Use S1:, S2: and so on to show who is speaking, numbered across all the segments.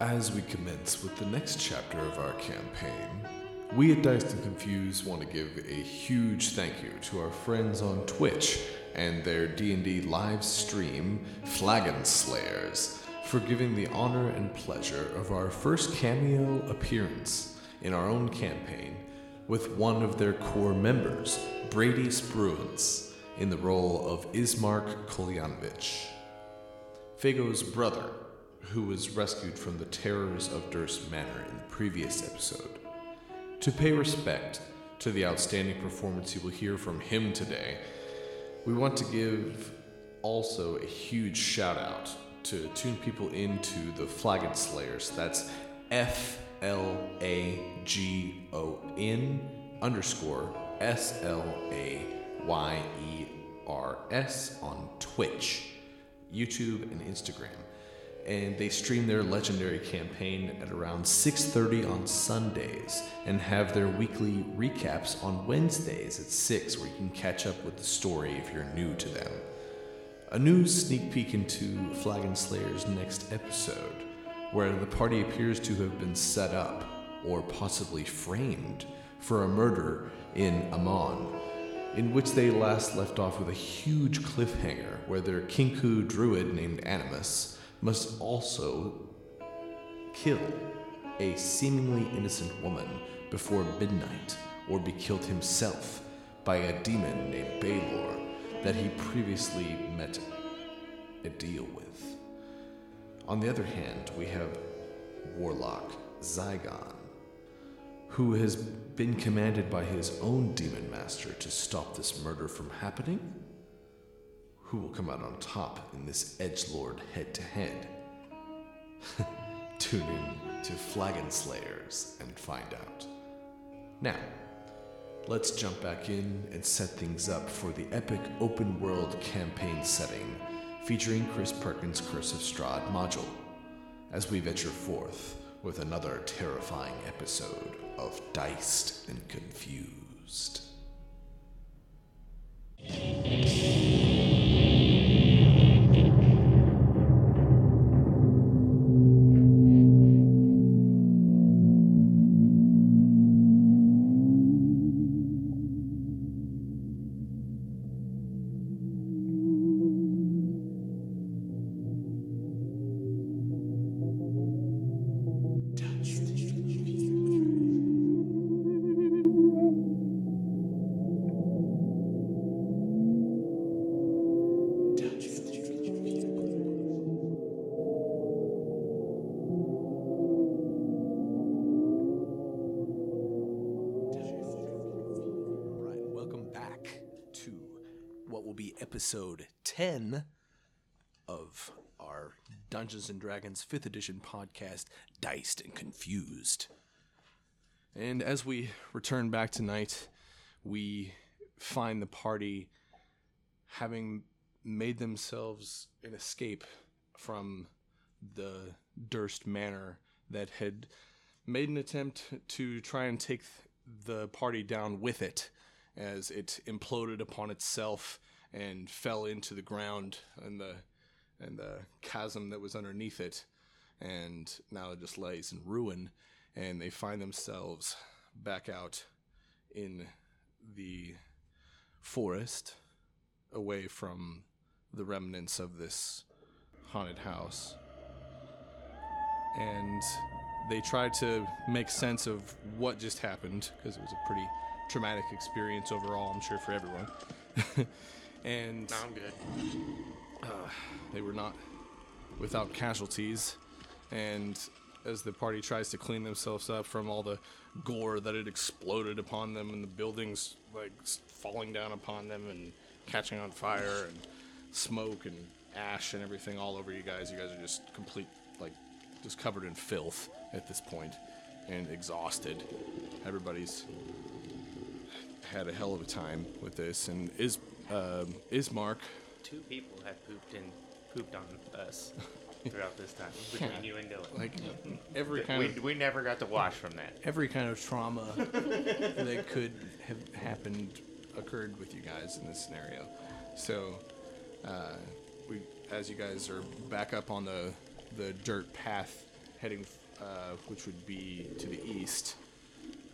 S1: As we commence with the next chapter of our campaign, we at Diced and Confused want to give a huge thank you to our friends on Twitch and their D&D live stream, Flagon Slayers, for giving the honor and pleasure of our first cameo appearance in our own campaign with one of their core members, Brady Spruance, in the role of Ismark Kolyanovich. Fago's brother, who was rescued from the terrors of Durst Manor in the previous episode. To pay respect to the outstanding performance you will hear from him today, we want to give also a huge shout out to tune people into the Flagon Slayers. That's F L A G O N underscore S L A Y E R S on Twitch, YouTube, and Instagram and they stream their legendary campaign at around 6:30 on Sundays and have their weekly recaps on Wednesdays at 6 where you can catch up with the story if you're new to them. A new sneak peek into Flagon Slayer's next episode where the party appears to have been set up or possibly framed for a murder in Amon in which they last left off with a huge cliffhanger where their Kinku druid named Animus must also kill a seemingly innocent woman before midnight or be killed himself by a demon named Baylor that he previously met a deal with. On the other hand, we have Warlock Zygon, who has been commanded by his own demon master to stop this murder from happening who will come out on top in this edge lord head to head? Tune in to Flagon Slayers and find out. Now, let's jump back in and set things up for the epic open world campaign setting featuring Chris Perkins' Curse of Strahd module as we venture forth with another terrifying episode of Diced and Confused. Right, welcome back to what will be episode 10 of our Dungeons and Dragons 5th edition podcast, Diced and Confused. And as we return back tonight, we find the party having made themselves an escape from the Durst Manor that had made an attempt to try and take th- the party down with it as it imploded upon itself and fell into the ground and the and the chasm that was underneath it and now it just lays in ruin and they find themselves back out in the forest away from the remnants of this haunted house and they try to make sense of what just happened because it was a pretty traumatic experience overall, I'm sure, for everyone. and uh,
S2: I'm good.
S1: they were not without casualties. And as the party tries to clean themselves up from all the gore that had exploded upon them and the buildings like s- falling down upon them and catching on fire and smoke and ash and everything all over you guys, you guys are just complete like just covered in filth at this point and exhausted. Everybody's had a hell of a time with this and is um Ismark
S2: Two people have pooped and pooped on us throughout this time between you and Dylan.
S1: like every kind
S2: we,
S1: of
S2: we never got to wash from that.
S1: every kind of trauma that could have happened occurred with you guys in this scenario. So, uh, we as you guys are back up on the the dirt path
S3: heading, uh, which would be to the east.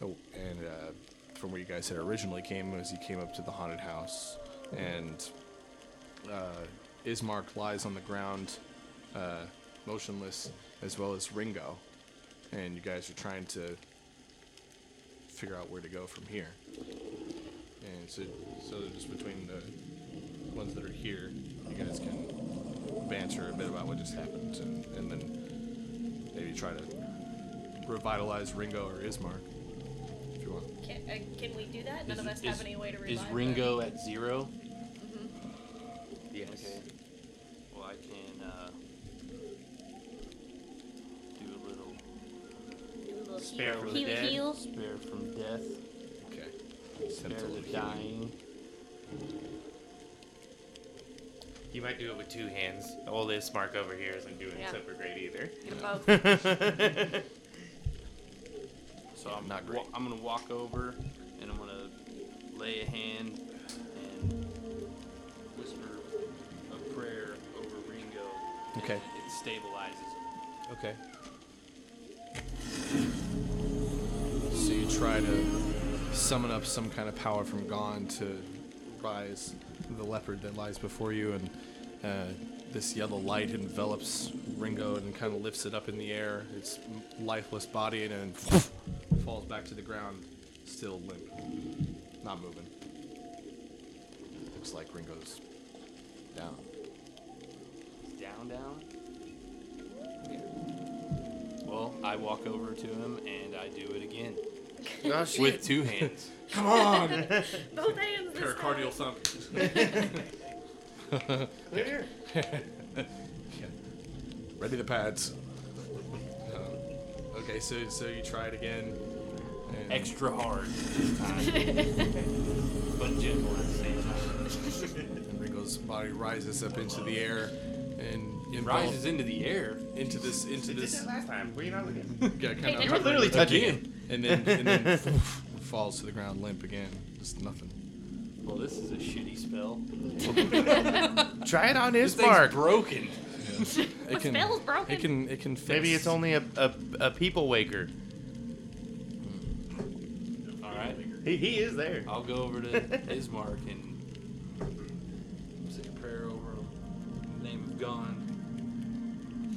S3: Oh, and uh, from where you guys had originally came, as you came up to the haunted house, and uh, Ismark lies on the ground, uh, motionless, as well as Ringo, and you guys are trying to figure out where to go from here. And so, so just between the ones that are here, you guys can banter a bit about what just happened, and, and then maybe try to revitalize Ringo or Ismark if you want.
S4: Can, uh, can we do that? None
S5: Is-
S4: of us
S5: is-
S4: have any way to revive
S5: Is
S4: them.
S5: Ringo at zero?
S6: Yes.
S5: Okay. Well, I can uh, do a little
S4: Do a little
S6: Spare
S4: heal-
S6: for the
S4: heal,
S5: dead,
S4: heal.
S5: spare from death,
S3: Okay.
S5: spare
S3: Send it to
S5: the
S3: Lee.
S5: dying.
S6: You might do it with two hands. All this mark over here isn't doing
S4: Yeah.
S6: super great either.
S4: Get them both.
S5: So
S3: Yeah,
S5: I'm
S3: not
S5: wa-
S3: great.
S5: I'm gonna walk over and I'm gonna lay a hand and whisper a prayer over Ringo. and
S3: Okay.
S5: It stabilizes him.
S3: Okay. So you try to summon up some kind of power from Gon to rise the leopard that lies before you, and uh, this yellow light envelops Ringo and kind of lifts it up in the air, its lifeless body, and then falls back to the ground, still limp, not moving. Looks like Ringo's down.
S5: Down, down. Yeah. Well, I walk over to him and I do it again with two hands.
S3: Come on!
S4: both hands. this time.
S5: Pericardial thump.
S3: Yeah. Ready the pads. Um, okay, so so you try it again. and-
S5: Extra hard this time, but gentle at the same time.
S3: and Ringo's body rises up into the air and envelops
S5: Rises into the air.
S3: into this into this
S6: Last time, were you not looking?
S3: yeah, kind
S4: Hey,
S3: of
S4: did-
S5: literally touching him.
S3: and then and then falls to the ground limp again. Just nothing.
S5: Well, this is a shitty spell.
S7: Try it on
S5: This
S7: his
S5: thing's
S7: mark.
S5: broken.
S3: It can,
S4: spell's broken?
S3: It can it can fix.
S7: Maybe it's only a, a, a people waker.
S5: All right,
S7: He, he is there.
S5: I'll go over to Ismark and say a prayer over him. In the name of God,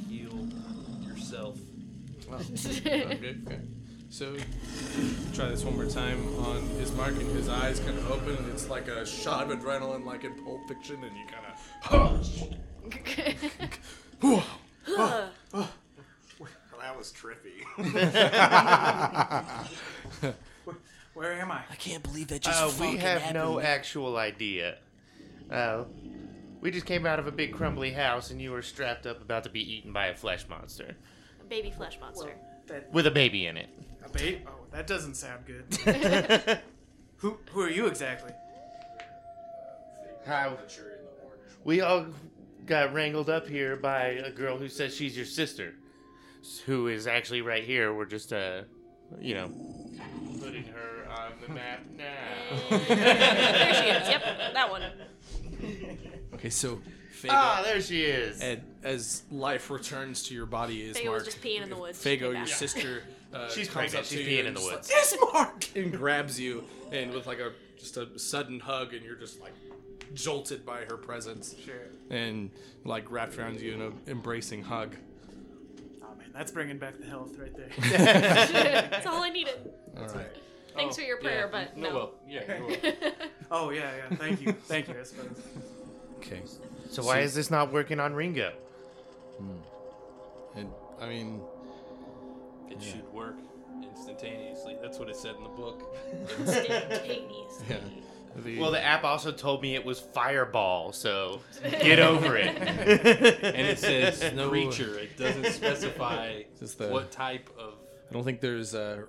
S5: heal yourself.
S3: Oh, okay, okay. So try this one more time on his mark and his eyes kind of open and it's like a shot of adrenaline like in Pulp Fiction and you kind of
S8: that was trippy. where, where am I?
S9: I can't believe that just
S7: Uh,
S9: fucking
S7: we have
S9: happened.
S7: no actual idea. Uh, we just came out of a big crumbly house, and you were strapped up about to be eaten by a flesh monster
S4: Baby flesh monster.
S8: That
S7: with a baby in it.
S8: a bait? Oh, that doesn't sound good. who who are you exactly?
S7: How? We all got wrangled up here by a girl who says she's your sister, s- who is actually right here. We're just, uh, you know, putting her on the map now.
S4: there she is. Yep, that one.
S3: Okay, so Fago,
S7: Ah, there she is.
S3: and as life returns to your body, is
S4: Fago was
S3: Mark.
S4: just peeing in the woods. She
S3: Fago,
S4: came
S3: your
S4: back.
S3: sister, uh,
S7: she's
S3: comes
S7: pregnant.
S3: up to
S7: She's
S3: you
S7: peeing
S3: and
S7: in the
S3: just
S7: woods.
S3: Like, Ismark! and grabs you, and with like a just a sudden hug, and you're just like jolted by her presence,
S8: Sure.
S3: and like wrapped around you in an embracing hug.
S8: Oh man, that's bringing back the health right there.
S4: That's all I needed.
S3: All right.
S4: Thanks for your prayer,
S5: Oh, yeah,
S4: but
S5: no.
S4: no.
S5: well, yeah, you're welcome.
S8: oh yeah, yeah. Thank you, thank you. I suppose.
S3: Okay.
S7: So why is this not working on Ringo?
S3: And I mean,
S5: It should work instantaneously. That's what it said in the book.
S4: Instantaneous.
S3: yeah. The,
S7: Well, the app also told me it was Fireball, so get over it.
S5: And it says
S3: No.
S5: creature. It doesn't specify
S3: Just the-
S5: what type of.
S3: I don't think there's a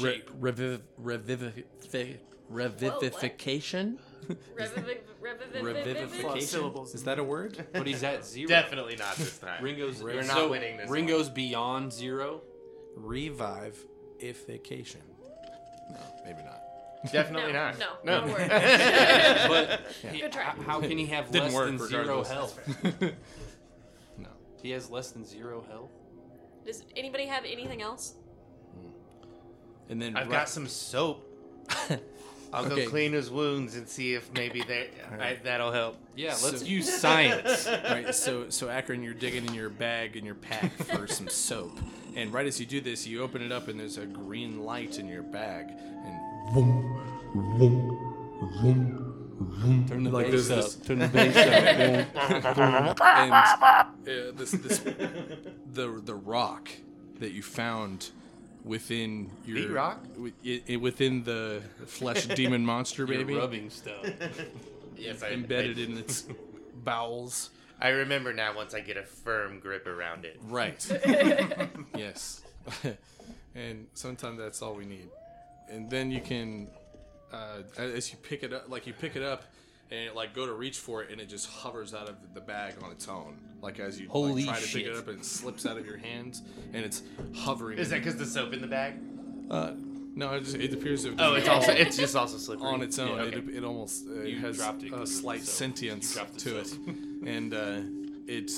S3: re-
S5: Shape.
S3: reviv- revivifi- revivification.
S4: Reviv- reviv-
S8: Well,
S3: Revivification?
S8: syllables.
S3: Is that a word?
S5: But he's at zero.
S7: Definitely not this time.
S5: Ringo's
S7: We're not
S5: so
S7: winning this
S5: Ringo's beyond zero.
S3: Revivification. No, maybe not.
S7: Definitely
S4: No,
S7: not.
S4: no,
S7: No.
S4: no word.
S5: But he-
S4: Good try.
S5: how, how can he have
S3: Didn't
S5: less
S3: work
S5: than zero
S3: regardless.
S5: health?
S3: No.
S5: He has less than zero health.
S4: Does anybody have anything else?
S10: And then
S7: I've
S10: right-
S7: got some soap. I'll
S10: Okay.
S7: go clean his wounds and see if maybe they, I, that'll help.
S10: Yeah, let's
S7: So-
S10: use science. right. So so Akron, you're digging in your bag and your pack for some soap, and right as you do this, you open it up and there's a green light in your bag, and turn the
S1: Like
S10: bass
S1: there's
S10: up.
S1: this
S10: turn the bass
S1: and uh, this, this
S3: the the rock that you found within your
S7: rock?
S3: wi- i- i- within the flesh demon monster
S10: up.
S3: baby
S10: Your rubbing stuff.
S7: Yes, I,
S3: embedded in its bowels.
S7: I remember now once I get a firm grip around it.
S3: Right. yes. and sometimes that's all we need. And then you can, uh, as you pick it up, like you pick it up, and like go to reach for it, and it just hovers out of the bag on its own. Like as you like,
S10: Holy
S3: try to
S10: shit.
S3: pick it up, and it slips out of your hands, and it's hovering.
S7: Is that because the soap in the bag?
S3: Uh, no, it, just, it appears to have
S7: Oh, it's also it's just also slippery
S3: on its own.
S7: Yeah, okay.
S3: it, it almost uh,
S10: You
S3: has
S10: dropped it 'cause
S3: a
S10: of the
S3: slight
S10: soap. You
S3: sentience
S10: dropped the
S3: to it,
S10: soap.
S3: and uh, it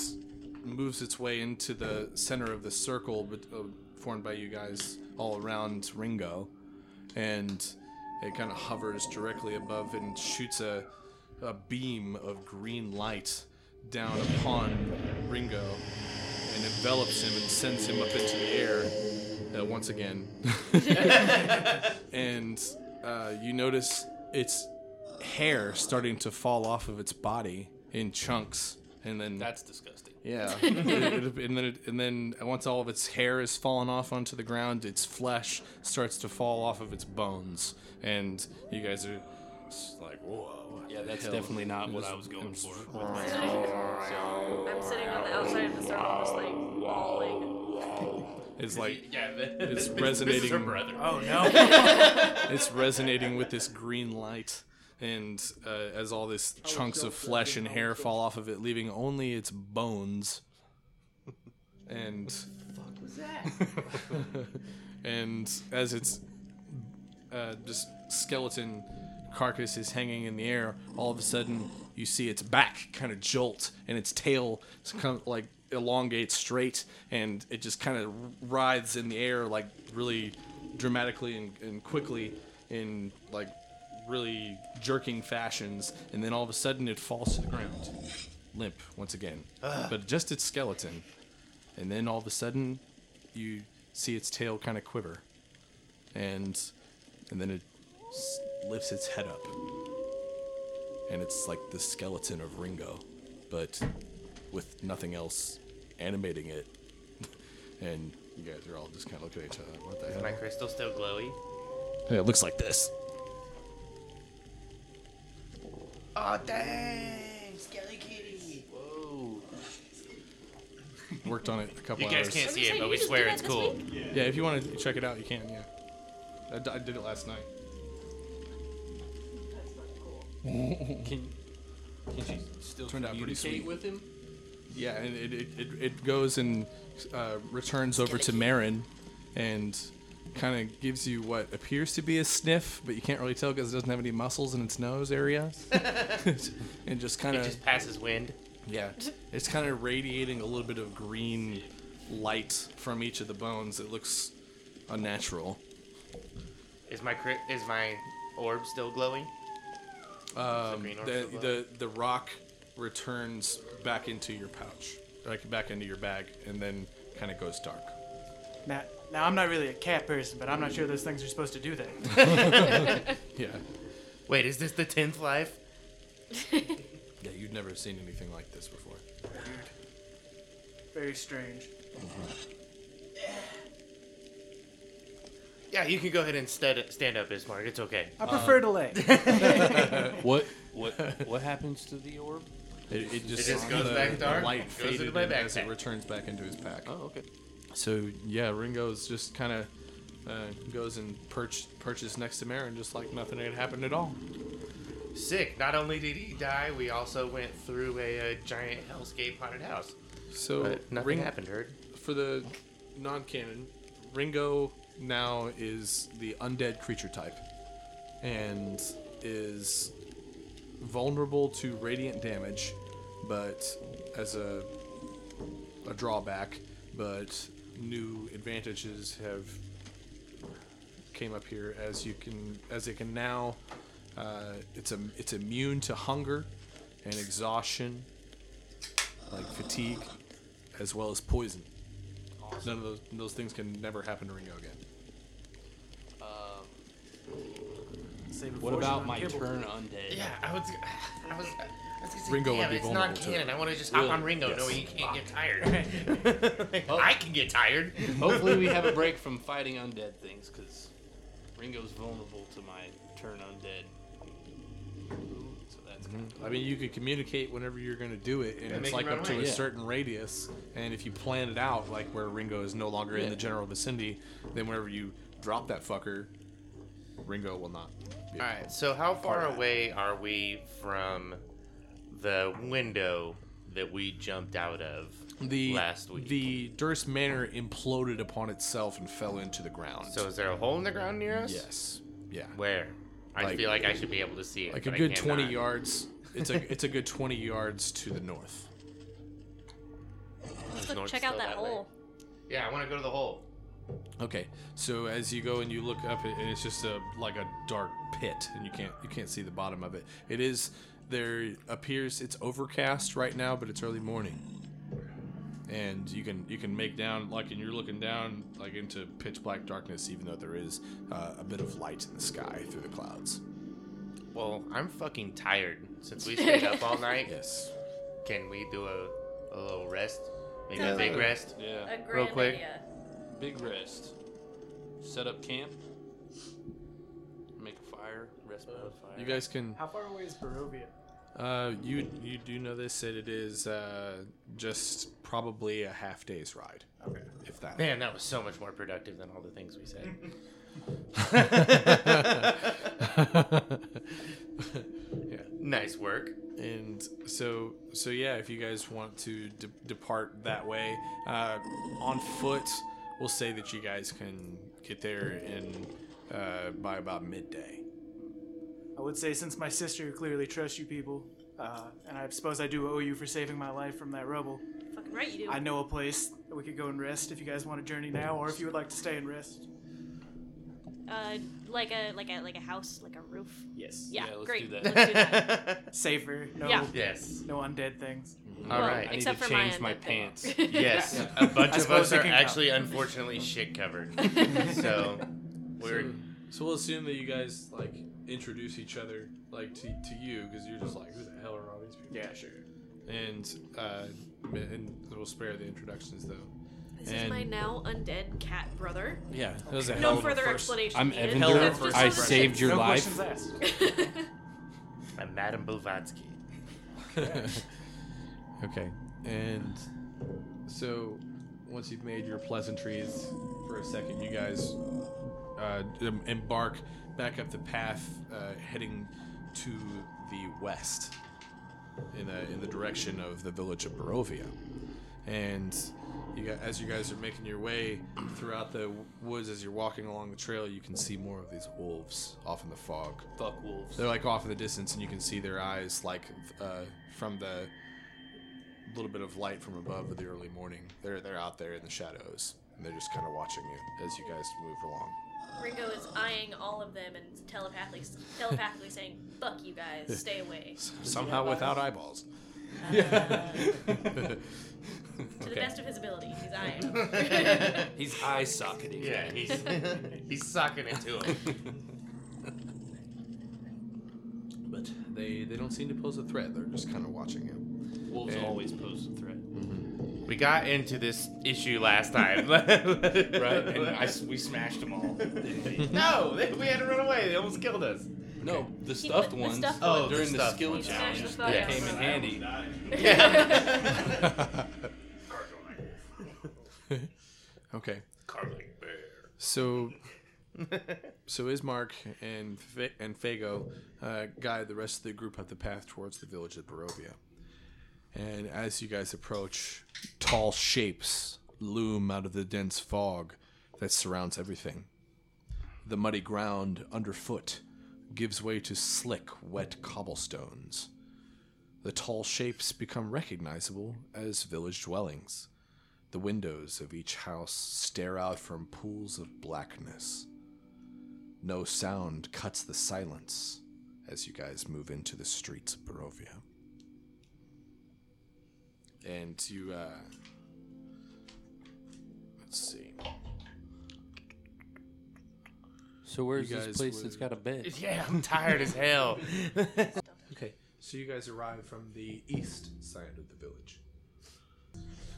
S3: moves its way into the center of the circle bet- uh, formed by you guys all around Ringo, and it kind of hovers directly above and shoots a a beam of green light down upon Ringo and envelops him and sends him up into the air uh, once again. and uh, you notice its hair starting to fall off of its body in chunks, and then
S10: That's disgusting.
S3: yeah, It- it- and then it, and then once all of its hair is fallen off onto the ground, its flesh starts to fall off of its bones, and you guys are just like, whoa.
S10: Yeah, that's
S3: hell?
S10: definitely not
S3: It
S10: what
S3: was-
S10: I was going
S3: it was-
S10: for.
S4: I'm sitting on the outside of the circle, just like bawling.
S3: It's like
S7: yeah, the-
S3: it's
S7: this is her
S3: resonating.
S7: brother.
S8: Oh no!
S3: it's resonating with this green light and uh, as all this chunks of flesh and hair fall off of it leaving only its bones and and as its uh, just skeleton carcass is hanging in the air all of a sudden you see its back kind of jolt and its tail s- kind of like elongates straight and it just kind of writhes in the air like really dramatically and, and quickly in like really jerking fashions and then all of a sudden it falls to the ground limp once again but just its skeleton and then all of a sudden you see its tail kind of quiver and and then it s- lifts its head up and it's like the skeleton of ringo but with nothing else animating it and you guys are all just kind of looking at each other like, what the
S7: My
S3: hell
S7: crystal still glowy.
S3: and it looks like this
S8: oh dang, Skelly Kitty.
S3: worked on it a couple
S7: You guys
S3: hours
S7: can't see
S4: saying,
S7: it, but
S4: you
S7: we
S4: just
S7: swear
S4: did
S7: it's
S4: that this
S7: cool.
S4: week?
S3: yeah if you want to check it out you can yeah I d- I did it last night
S10: Can can she still
S3: Turned out pretty
S10: communicate
S3: sweet.
S10: with him?
S3: Yeah, and it, it, it, it goes and uh, returns over to Marin and kind of gives you what appears to be a sniff, but you can't really tell because it doesn't have any muscles in its nose area. and just kind
S7: It
S3: of,
S7: just passes wind.
S3: yeah, it's kind of radiating a little bit of green light from each of the bones. It looks unnatural.
S7: Is my cri- is my orb still glowing?
S3: Um,
S7: green orb
S3: the,
S7: still
S3: the, the rock returns back into your pouch, like back into your bag, and then kind of goes dark.
S8: Now, now I'm not really a cat person, but I'm not sure those things are supposed to do that.
S3: Yeah.
S7: Wait, is this the tenth life?
S3: Yeah, you've never seen anything like this before.
S8: Very strange.
S7: Yeah, you can go ahead and stand stand up, Ismark. It's okay.
S8: I prefer
S3: Uh,
S8: to lay.
S10: What what what happens to the orb?
S3: It, it just,
S7: just goes back dark,
S3: The light
S7: goes into
S3: faded
S7: my
S3: and as it
S7: backpack.
S3: returns back into his pack.
S10: Oh, okay.
S3: So yeah, Ringo's just kind of uh, goes and perch, perches next to Marin, just like nothing had happened at all.
S7: Sick. Not only did he die, we also went through a, uh giant hellscape haunted house.
S3: So
S7: But nothing
S3: Ring-
S7: happened, Herd.
S3: for the non-canon. Ringo now is the undead creature type, and is vulnerable to radiant damage, but as a a drawback, but
S1: new advantages have came up here as you can as it can now uh, it's a it's immune to hunger and exhaustion like fatigue as well as poison none of those those things can never happen to Ringo again
S8: Save a
S5: What
S8: fortune
S5: about
S8: on
S5: my
S8: kibble.
S5: turn undead?
S7: Yeah, I was. I was. I was gonna say,
S1: Ringo would
S7: damn,
S1: be
S7: it's
S1: vulnerable
S7: not
S1: to
S7: canon.
S1: it.
S7: I want to just hop
S5: Will,
S7: on Ringo. No,
S5: yes.
S7: he can't get tired. Like,
S1: Oh.
S7: I can get tired.
S5: Hopefully, we have a break from fighting undead things because Ringo's vulnerable to my turn undead. So that's kind of.
S1: I mean, you could communicate whenever you're going to do it, and,
S7: And make
S1: it's
S7: him
S1: like
S7: run
S1: up to
S7: away.
S1: a
S5: Yeah.
S1: certain radius. And if you plan it out, like where Ringo is no longer in
S5: Yeah.
S1: the general vicinity, then whenever you drop that fucker, Ringo will not. Be
S7: All right. So how far away are we from the window that we jumped out of
S1: The
S7: last week?
S1: the Durst Manor imploded upon itself and fell into the ground.
S7: so is there a hole in the ground near us?
S1: yes, yeah,
S7: Where? I
S1: Like-
S7: feel like I should be able to see it.
S1: like a
S7: but I
S1: good twenty
S7: cannot.
S1: yards. It's a it's a good twenty yards to the north.
S7: There's
S4: Let's go
S7: no
S4: check out
S7: still
S4: that,
S7: way.
S4: hole.
S7: Yeah, I want to go to the hole.
S1: Okay, so as you go and you look up, it- and it's just a like a dark pit, and you can't you can't see the bottom of it. It is there appears it's overcast right now, but it's early morning, and you can you can make down like and you're looking down like into pitch black darkness, even though there is uh, a bit of light in the sky through the clouds.
S7: Well, I'm fucking tired since we stayed up all night.
S1: Yes,
S7: Can we do a, a little rest? Maybe a big rest?
S5: Yeah.
S4: A grand
S7: quick.
S4: idea.
S5: Big rest. Set up camp. Make a fire. Rest by
S7: Uh,
S5: the fire.
S1: you guys can.
S8: How far away is Barovia?
S1: Uh, you you do know this that it is uh, just probably a half day's ride,
S8: Okay.
S1: if that.
S7: Man, that was so much more productive than all the things we said.
S1: yeah.
S7: nice work.
S1: and so so yeah if you guys want to de- depart that way uh, on foot we'll say that you guys can get there in uh, by about midday
S8: I would say since my sister clearly trusts you people, uh, and I suppose I do owe you for saving my life from that rubble,
S4: Fucking right, you do.
S8: I know a place that we could go and rest if you guys want to journey now, or if you would like to stay and rest.
S4: Uh, like a like a like a house, like a roof.
S8: Yes.
S4: Yeah,
S5: Yeah, let's
S4: great.
S5: do that.
S4: Let's do that.
S8: Safer. No.
S4: Yeah.
S7: Yes.
S8: No undead things.
S7: All
S4: Well,
S5: I
S7: right.
S5: need
S4: except
S5: to
S4: for my
S5: change my
S4: undead
S5: pants.
S4: thing.
S7: Yes. A bunch of
S8: suppose
S7: us
S8: it
S7: are
S8: can count.
S7: actually, unfortunately, shit covered. so we're.
S1: so we'll assume that you guys like introduce each other like to, to you because you're just like who the hell are all these people
S8: Yeah, sure.
S1: and uh, and we'll spare the introductions though
S4: This is
S1: And-
S4: my now undead cat brother.
S1: yeah that was a hell
S4: No
S1: of a
S4: further
S1: first-
S4: explanation.
S5: I'm
S4: needed.
S5: Evander.
S4: That's just
S5: I
S4: so that-
S5: saved your
S8: no
S5: life.
S8: questions asked.
S7: I'm Madame Blavatsky.
S1: okay. And so, once you've made your pleasantries for a second, you guys uh, em- embark back up the path, uh, heading to the west in the in the direction of the village of Barovia. And you gu as you guys are making your way throughout the woods, as you're walking along the trail, you can see more of these wolves off in the fog.
S5: Fuck wolves.
S1: They're like off in the distance, and you can see their eyes like uh, from the little bit of light from above of the early morning. They're they're out there in the shadows, and they're just kind of watching you as you guys move along.
S4: Ringo is eyeing all of them and telepathically telepathically saying, "Fuck you guys, stay away."
S1: Somehow without eyeballs.
S4: To the
S1: Okay.
S4: best of his ability, he's eyeing.
S5: He's eye socketing.
S7: Yeah, he's he's sucking it to him.
S1: But they they don't seem to pose a threat. They're just kind of watching you.
S5: Wolves
S1: And-
S5: always pose a threat.
S7: We got into this issue last time,
S5: Right,
S7: right?
S5: and I s-
S7: we smashed them all. no, they, we had to run away. They almost killed us.
S5: No, the stuffed
S4: the
S5: ones.
S4: stuffed
S7: Oh, ones. the
S5: during the,
S7: stuffed
S5: skill
S7: ones.
S4: He smashed
S5: challenge,
S4: the
S5: they
S4: stuffed ones.
S5: came in handy.
S1: okay. So, so Ismark and Fa- and Fago uh, guide the rest of the group up the path towards the village of Barovia. And as you guys approach, tall shapes loom out of the dense fog that surrounds everything. The muddy ground underfoot gives way to slick, wet cobblestones. The tall shapes become recognizable as village dwellings
S3: The windows of each house stare out from pools of blackness. No sound cuts the silence as you guys move into the streets of Barovia. And you, uh. Let's see.
S5: So where's this
S3: guys
S5: place that's
S3: would-
S5: got a bed?
S7: Yeah, I'm tired as hell.
S3: Okay, so you guys arrive from the east side of the village.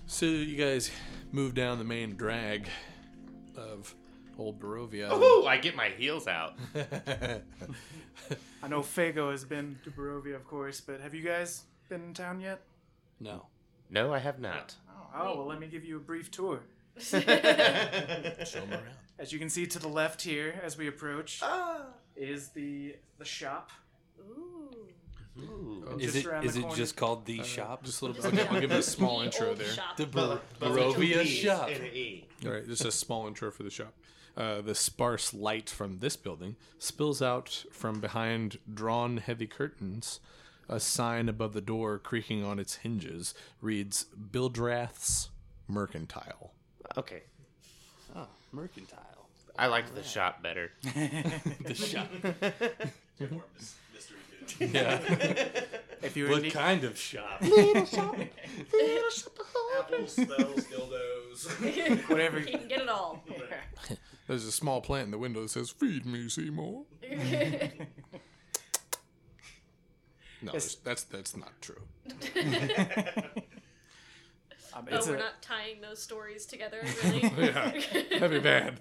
S3: So you guys move down the main drag of Old Barovia.
S5: Oh,
S7: Ooh, I get my heels out.
S8: I know Fago has been to Barovia, of course, but have you guys been in town yet?
S5: No.
S7: No, I have not.
S8: Oh, oh well, let me give you a brief tour.
S3: Show 'em around.
S8: As you can see to the left here, as we approach, is the the shop.
S4: Ooh.
S5: Is
S8: Just
S5: it
S8: around the
S5: is it
S8: corner.
S5: just called the shop?
S3: Just a little bit. I'll, I'll give it a small
S4: The
S3: intro
S4: old
S3: there.
S4: shop.
S5: The Bar-
S1: With
S5: Barovia
S1: an E
S5: shop.
S1: and an E.
S3: All right, just a small intro for the shop. Uh, the sparse light from this building spills out from behind drawn heavy curtains. A sign above the door, creaking on its hinges, reads Bildrath's Mercantile.
S7: Okay.
S5: Oh, mercantile.
S7: I liked the shop better.
S5: The shop.
S8: If you're in
S5: What
S8: need,
S5: kind of shop?
S11: Apples, spells, dildos.
S8: whatever.
S4: You can get it all.
S3: There's a small plant in the window that says, Feed me, Seymour. No,
S8: Yes.
S3: that's that's not true.
S8: Um,
S4: Oh,
S8: it's
S4: we're
S8: a-
S4: not tying those stories together, really.
S3: That'd be bad.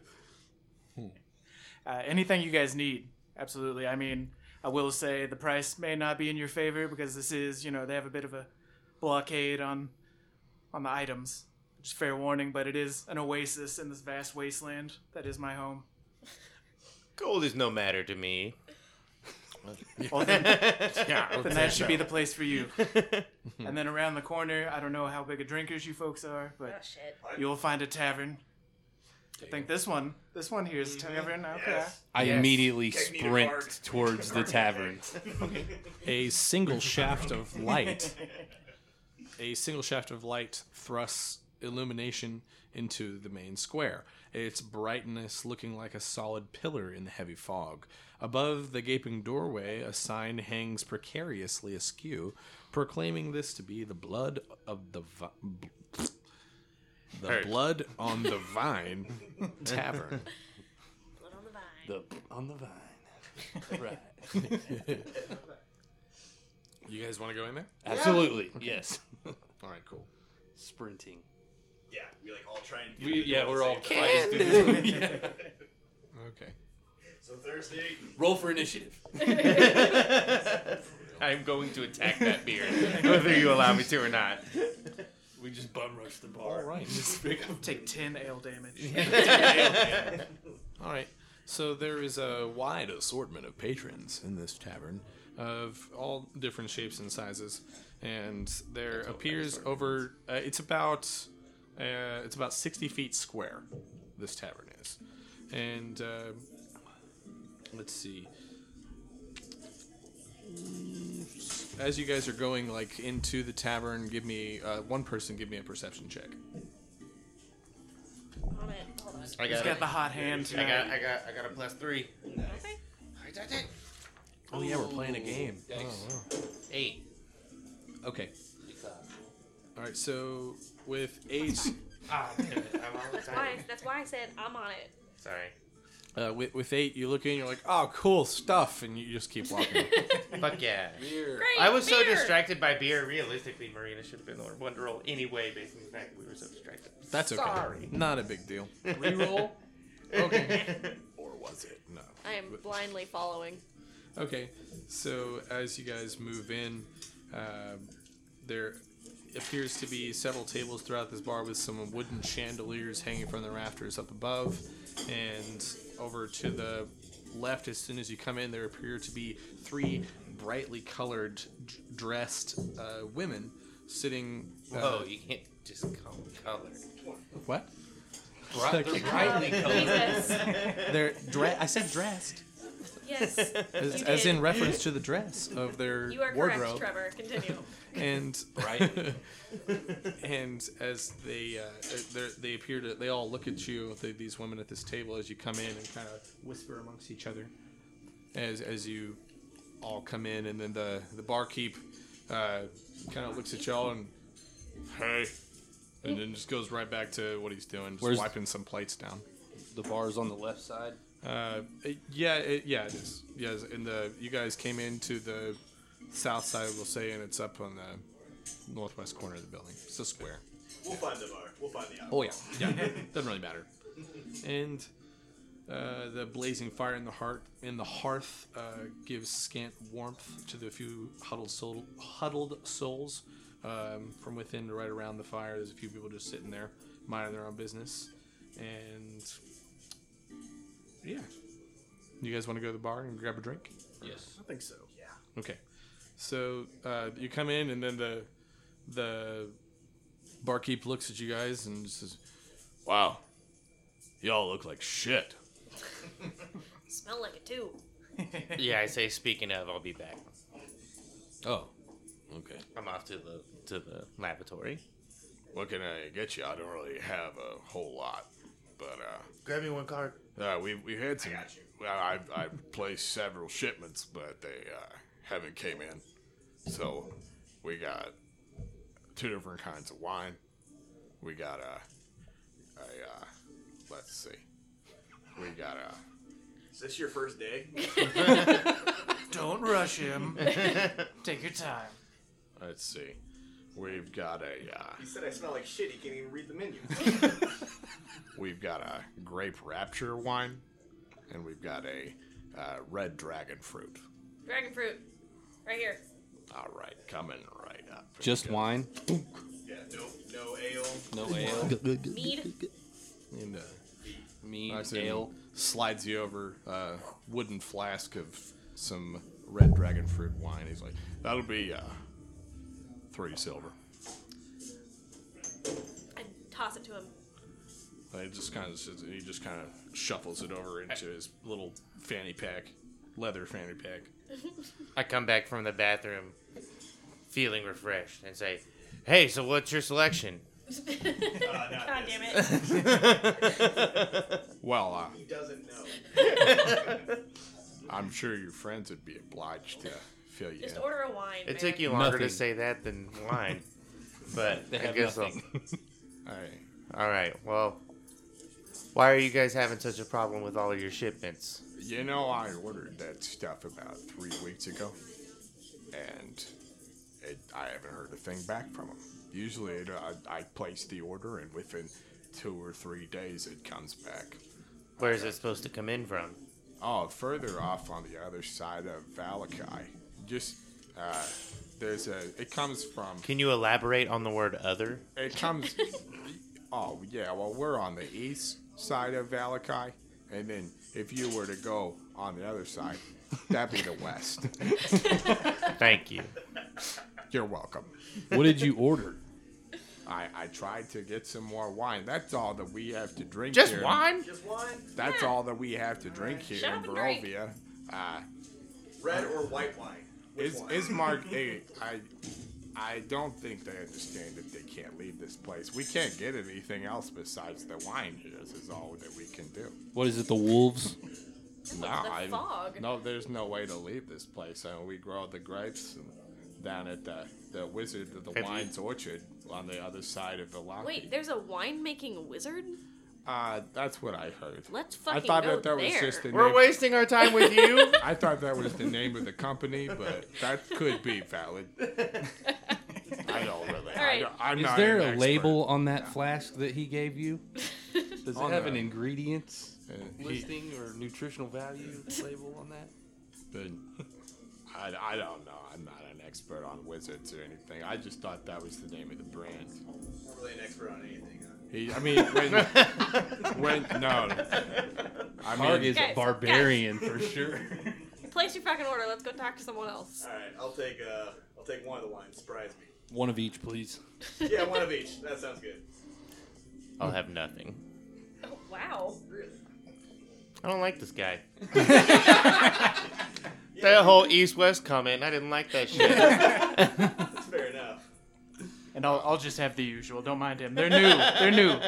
S8: uh, anything you guys need, absolutely. I mean, I will say the price may not be in your favor because this is, you know, they have a bit of a blockade on on the items. Just fair warning, but it is an oasis in this vast wasteland that is my home.
S7: Gold is no matter to me.
S8: Well, then,
S7: Yeah.
S8: then that should be the place for you. and then around the corner, I don't know how big of drinkers you folks are,
S4: oh
S8: but
S4: shit.
S8: you'll find a tavern. I think this one, this one here is a
S4: Mm-hmm.
S8: tavern. Okay.
S5: I immediately
S11: me to Bart.
S5: sprint towards the tavern.
S3: a single shaft of light a single shaft of light thrusts illumination into the main square its brightness looking like a solid pillar in the heavy fog above the gaping doorway a sign hangs precariously askew proclaiming this to be the blood of the vi- b- the
S7: Hurt.
S3: blood on the vine tavern
S4: Blood on the vine.
S5: The on the vine. Right.
S3: you guys want to go in there
S5: Absolutely. Yes.
S3: all right cool
S5: Sprinting.
S11: Yeah, we like all try and.
S5: We- yeah, we're all
S11: Can
S3: okay
S11: So Thursday.
S5: Roll for initiative.
S7: I'm going to attack that beer, whether you allow me to or not.
S5: We just bum rush the bar.
S3: all right
S8: Take 10 ale damage.
S3: All right. So there is a wide assortment of patrons in this tavern of all different shapes and sizes, and there appears over. Uh, it's about uh, it's about sixty feet square. This tavern is, and uh, let's see. As you guys are going like into the tavern, give me uh, one person. Give me a perception check.
S4: On it. Hold on.
S7: I
S8: He's
S7: got,
S8: got the hot hand
S7: I
S8: tonight.
S7: got, I got, I got a plus three.
S4: Okay.
S3: Oh yeah, we're playing a game.
S7: Eight.
S3: Okay. All right. So with eight.
S7: Ah, damn it, I'm all
S4: That's why.
S7: excited.
S4: That's why I said I'm on it.
S7: Sorry.
S3: Uh, with, with eight, you look in, you're like, oh, cool stuff, and you just keep walking.
S7: Fuck yeah.
S4: Great.
S7: I was so
S4: beer!
S7: distracted by beer. Realistically, Marina should have been the one to roll anyway, based on the fact we were so distracted.
S3: That's okay.
S7: Sorry.
S3: Not a big deal.
S5: Reroll.
S3: Or was it? No.
S4: I am blindly following.
S3: Okay, so as you guys move in, uh, there appears to be several tables throughout this bar with some wooden chandeliers hanging from the rafters up above. And over to the left, as soon as you come in, there appear to be three brightly colored, d- dressed uh, women sitting. Uh,
S7: Whoa, Oh, you can't just call it color.
S3: What?
S7: Bri- they're brightly colored.
S4: Oh, Jesus.
S5: They're dre- I said dressed.
S4: Yes.
S3: as,
S4: you
S3: as
S4: did.
S3: in reference to the dress of their
S4: You are correct,
S3: wardrobe.
S4: Trevor. Continue.
S3: and
S5: Right.
S3: and as they uh, they're- they appear to they all look at you the, these women at this table as you come in and kind of whisper amongst each other as as you all come in and then the the barkeep uh, kind of looks at y'all and hey and then just goes right back to what he's doing just
S5: Where's-
S3: wiping some plates down
S5: The bar's on the left side.
S3: uh, it- yeah it, yeah it is yes and the you guys came into the south side we'll say and it's up on the northwest corner of the building it's a square
S9: We'll find the bar. We'll find the hour.
S3: Oh yeah, yeah. Doesn't really matter. And uh, the blazing fire in the heart in the hearth uh, gives scant warmth to the few huddled soul, huddled souls um, from within to right around the fire. There's a few people just sitting there, minding their own business, and yeah. You guys want to go to the bar and grab a drink?
S5: Yes.
S8: I think so.
S3: Okay. So uh, you come in, and then the the barkeep looks at you guys and says, "Wow, y'all look like shit."
S4: Smell like it too.
S7: Yeah, I say. Speaking of, I'll be back.
S3: Oh, okay.
S7: I'm off to the to the lavatory.
S3: What can I get you? I don't really have a whole lot, but
S9: Grab me one card.
S3: uh, uh we we had some.
S12: Well, I, I placed several shipments, but they uh, haven't came in. So we got two different kinds of wine. We got a, a uh, let's see, we got a
S9: Is this your first day?
S8: Don't rush him. Take your time.
S12: let's see, we've got a uh,
S9: He said I smell like shit. He can't even read the menu.
S12: we've got a grape rapture wine, and we've got a uh, red dragon fruit.
S4: Dragon fruit. Right here.
S12: All right, coming right up.
S5: Just wine.
S9: yeah, no, no ale.
S5: No ale.
S4: Mead.
S3: And, uh,
S5: Mean
S3: Accident
S5: ale.
S3: slides you over
S12: uh,
S3: a wooden flask of some red dragon fruit wine. He's like,
S12: That'll be uh, three silver.
S4: And toss it to him.
S3: And he just kind of he just kind of shuffles it over into his little fanny pack, leather fanny pack.
S7: I come back from the bathroom, feeling refreshed, and say, "Hey, so what's your selection?"
S4: God
S9: this.
S4: damn it.
S12: Well, uh,
S9: He doesn't know.
S12: I'm sure your friends would be obliged to fill you
S4: Just
S12: in.
S4: order a wine.
S7: It
S4: man.
S7: took you longer
S5: Nothing.
S7: to say that than wine, but
S5: They
S7: I
S5: have
S7: guess
S5: nothing.
S12: All right.
S7: I'll, all right. Well, why are you guys having such a problem with all of your shipments?
S12: You know, I ordered that stuff about three weeks ago, and it, I haven't heard a thing back from them. Usually, it, I, I place the order, and within two or three days, it comes back.
S7: Where is it supposed to come in from?
S12: Oh, further off on the other side of Valakai, just uh, there's a. It comes from.
S7: Can you elaborate on the word "other"?
S12: It comes. oh yeah, well we're on the east side of Valakai, and then if you were to go on the other side, that'd be the west.
S7: Thank you.
S12: You're welcome.
S5: What did you order?
S12: I, I tried to get some more wine. That's all that we have to drink
S7: Just
S12: here.
S7: wine?
S9: Just wine.
S12: That's all that we have to drink here
S4: Shut
S12: in
S4: up and drink.
S12: Barovia. Uh,
S9: Red or white wine. Which
S12: is
S9: wine?
S12: is Mark? eh, I I don't think they understand that they can't leave this place. We can't get anything else besides the wine here. This is all that we can do.
S5: What is it? The wolves?
S4: No, it's the fog.
S12: No, there's no way to leave this place. I mean, we grow the grapes down at the, the Wizard of the
S7: Have you-
S12: Wines Orchard on the other side of the lock.
S4: Wait, there's a winemaking wizard?
S12: Uh, that's what I heard.
S4: Let's
S12: I
S4: fucking
S12: thought
S4: go
S12: that that was
S4: there.
S12: just the
S7: We're
S12: name.
S7: wasting our time with you.
S12: I thought that was the name of the company, but that could be valid. I don't really.
S4: right.
S12: I don't, I'm
S5: Is
S12: not
S5: there
S12: an
S5: a
S12: expert.
S5: label on that flask that he gave you? Does it
S12: On
S5: have
S12: the-
S5: an ingredients
S12: Uh, he-
S5: listing or nutritional value label on that?
S12: I, I don't know. I'm not an expert on wizards or anything. I just thought that was the name of the brand.
S9: not really an expert on anything. Huh?
S12: He, I mean, when, when no, I
S5: Marg
S12: mean,
S5: is
S4: Guys,
S5: a barbarian for sure.
S4: Place your fucking order. Let's go talk to someone else.
S9: All right, I'll take uh, I'll take one of the wines. Surprise me.
S5: One of each, please.
S9: Yeah, one of each. That sounds good.
S7: I'll have nothing.
S4: Oh, wow.
S7: I don't like this guy. that whole East West comment, I didn't like that shit.
S8: That's
S13: fair enough.
S8: And I'll, I'll just have the usual. Don't mind him. They're new. They're new.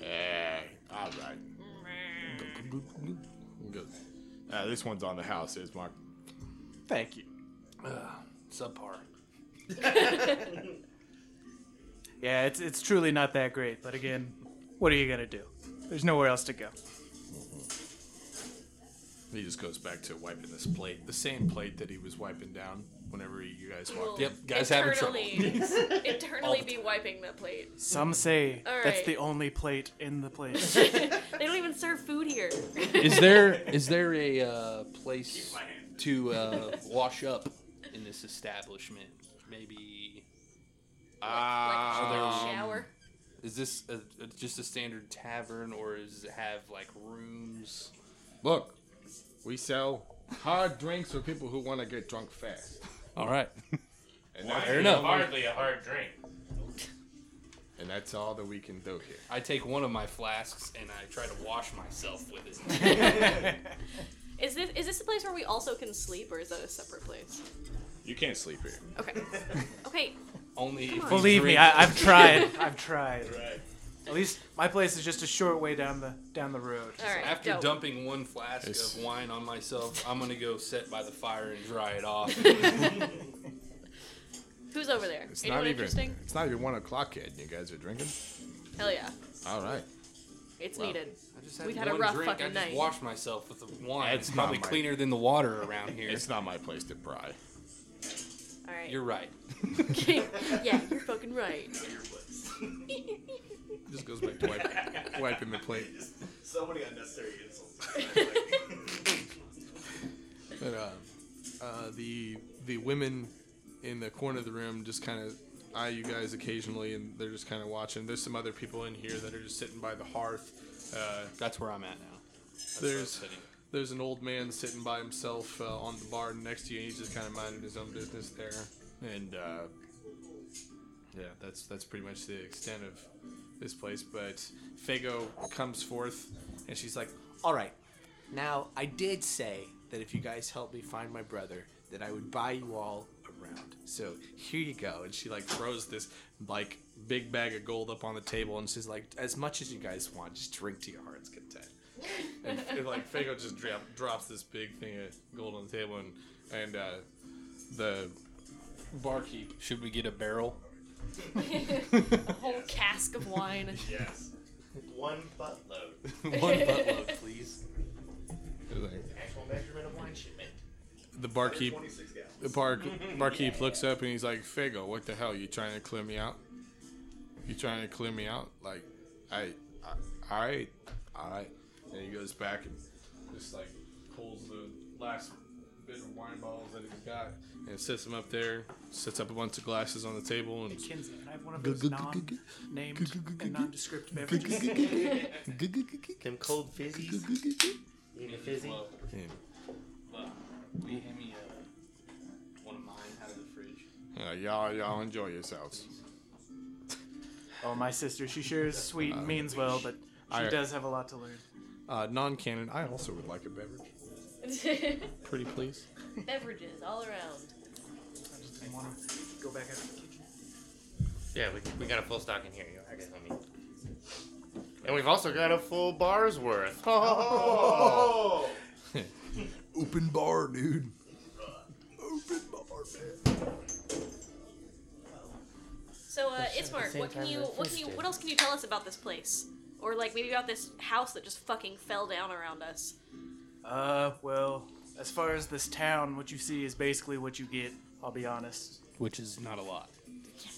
S12: Yeah, Eh, all right. Good. Uh, this one's on the house, is Mark.
S8: Thank you.
S14: subpar.
S8: Yeah, it's it's truly not that great. But again, what are you gonna do? There's nowhere else to go.
S12: He just goes back to wiping this plate, the same plate that he was wiping down whenever you guys
S4: We'll
S12: walked. in.
S4: eternally-
S12: All
S4: eternally
S12: the
S4: be wiping the plate.
S8: Some say
S4: All
S8: that's
S4: right.
S8: the only plate in the place.
S4: they don't even serve food here.
S5: is there is there a uh, place to uh, wash up in this establishment? Maybe.
S4: like a
S5: Um,
S4: shower?
S5: Is this a, a- just a standard tavern, or does it have like rooms?
S12: Look, we sell hard drinks for people who want to get drunk fast.
S5: All right.
S12: And
S7: Wine
S12: that's
S7: is
S12: the only-
S7: Hardly a hard drink.
S12: And that's all that we can do here.
S5: I take one of my flasks and I try to wash myself with it.
S4: Is this is this a place where we also can sleep, or is that a separate place?
S12: You can't sleep here.
S4: Okay. Okay.
S5: Only
S4: Come on.
S8: Believe me, I, I've tried. I've tried. At least my place is just a short way down the down the road.
S4: All right.
S5: After
S4: dope.
S5: dumping one flask
S12: It's-
S5: of wine on myself, I'm gonna go sit by the fire and dry it off.
S4: Who's over there?
S12: It's
S4: Anyone
S12: not even.
S4: interesting?
S12: It's not even one o'clock yet, and you guys are drinking.
S4: Hell yeah.
S12: All right.
S4: It's
S5: Well,
S4: needed.
S5: I just had
S4: We've had a
S5: one
S4: rough
S5: drink. I
S4: fucking
S5: just
S4: night.
S5: washed myself with the wine.
S12: That's
S5: It's probably
S12: not my-
S5: cleaner than the water around here.
S12: It's not my place to pry.
S4: All right.
S5: You're right.
S4: yeah, you're fucking right.
S12: Just goes back to wiping, wiping the plate.
S13: So many unnecessary insults.
S12: But uh, uh, the the women in the corner of the room just kind of eye you guys occasionally, and they're just kind of watching. There's some other people in here that are just sitting by the hearth. Uh,
S5: That's where I'm at now. That's where I'm
S12: there's
S5: sitting.
S12: there's an old man sitting by himself uh, on the bar next to you. And he's just kind of minding his own business there, and uh, yeah, that's that's pretty much the extent of this place. But Fago comes forth, and she's like,
S15: All right. Now, I did say that if you guys help me find my brother, that I would buy you all a round.
S12: So here you go. And she like throws this like big bag of gold up on the table and she's like, as much as you guys want, just drink to your heart's content. and, and, like Fago just drop, drops this big thing of gold on the table and and uh, the barkeep.
S5: Should we get a barrel?
S4: a whole cask of wine.
S13: yes. One buttload.
S5: One buttload, please.
S13: Actual measurement of wine shipment.
S12: The barkeep,
S13: 126 gallons.
S12: the bar, barkeep looks up and he's like, "Fago, what the hell? You trying to clear me out? You trying to clear me out? Like, I, I, all right, all right." And he goes back and just like pulls the last bit of wine bottles that he's got and sets them up there. Sets up a bunch of glasses on the table and
S8: Kinsey, can I have one of
S12: Gu-
S8: those
S12: gu- gu-
S8: non
S12: gu-
S8: named and nondescript beverages?
S12: Uh,
S7: Them cold fizzies. Need a fizzy?
S5: Will you hand me uh, one of mine out of the fridge?
S12: uh, y'all, y'all enjoy yourselves.
S8: Oh, my sister, she sure is sweet and means well, but she
S12: I-
S8: does have a lot to learn.
S12: Uh, Non-canon, I also would like a beverage. Pretty please.
S4: Beverages all around.
S8: I just want to go back out to the kitchen.
S7: Yeah, we, we got a full stock in here. You I guess I mean. And we've also got a full bar's worth.
S13: Oh!
S16: Open bar, dude.
S4: So, uh,
S7: That's at the
S4: Ismark,
S7: same
S4: what can
S7: time
S4: you,
S7: the
S4: what
S7: first
S4: can you,
S7: did.
S4: what else can you tell us about this place, or like maybe about this house that just fucking fell down around us?
S8: Uh, well, as far as this town, what you see is basically what you get. I'll be honest.
S5: Which is not a lot.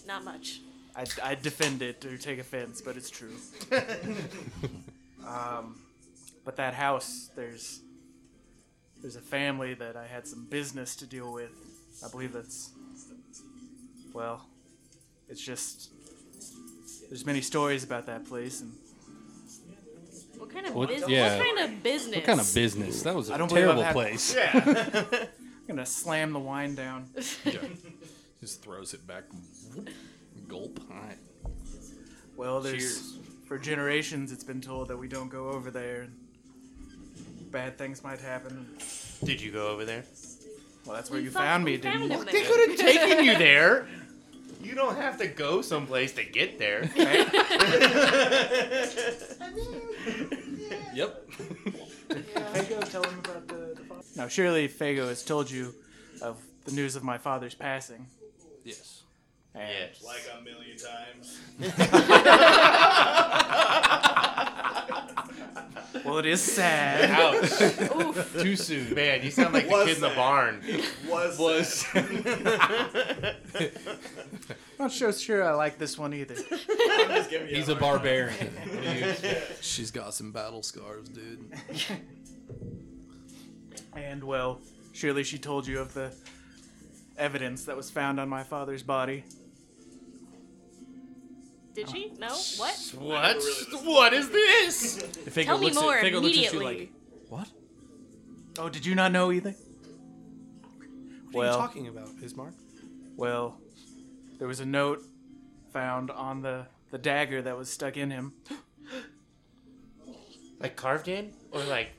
S4: Not much.
S8: I I defend it or take offense, but it's true. um, but that house, there's there's a family that I had some business to deal with. I believe that's well, it's just there's many stories about that place, and
S4: What kind of
S5: What-
S4: business?
S5: yeah.
S4: What kind of business?
S5: What kind of business? That was
S8: I
S5: a
S8: don't believe
S5: terrible
S8: I've had-
S5: place.
S8: I'm gonna slam the wine down.
S12: Just throws it back. Gulp.
S5: All right.
S8: Well, there's
S5: Cheers.
S8: for generations it's been told that we don't go over there. bad things might happen.
S7: Did you go over there?
S8: Well, that's where you found me, didn't you?
S7: They could have taken you there. You don't have to go someplace to get there.
S8: Yep. Fago, tell him about the, the father. Now, surely Fago has told you of the news of my father's passing.
S17: Yes.
S8: And
S9: Like a million times.
S8: Well, it is sad.
S7: Ouch. Oof. Too soon. Man, you sound like the
S9: Was
S7: kid in the
S9: sad.
S7: barn.
S9: Was sad.
S8: Not sure, sure I like this one either.
S5: He's a barbarian. dude. She's got some battle scars, dude.
S8: And well, surely she told you of the evidence that was found on my father's body.
S4: Did she? No? What?
S7: What? What is this?
S8: Fago
S4: Tell me
S8: looks at-
S4: more
S8: Fago looks at you
S4: immediately.
S8: like, Oh, did you not know either?
S1: What
S8: well,
S1: are you talking about, Ismark?
S8: well, there was a note found on the the dagger that was stuck in him.
S7: like carved in, or like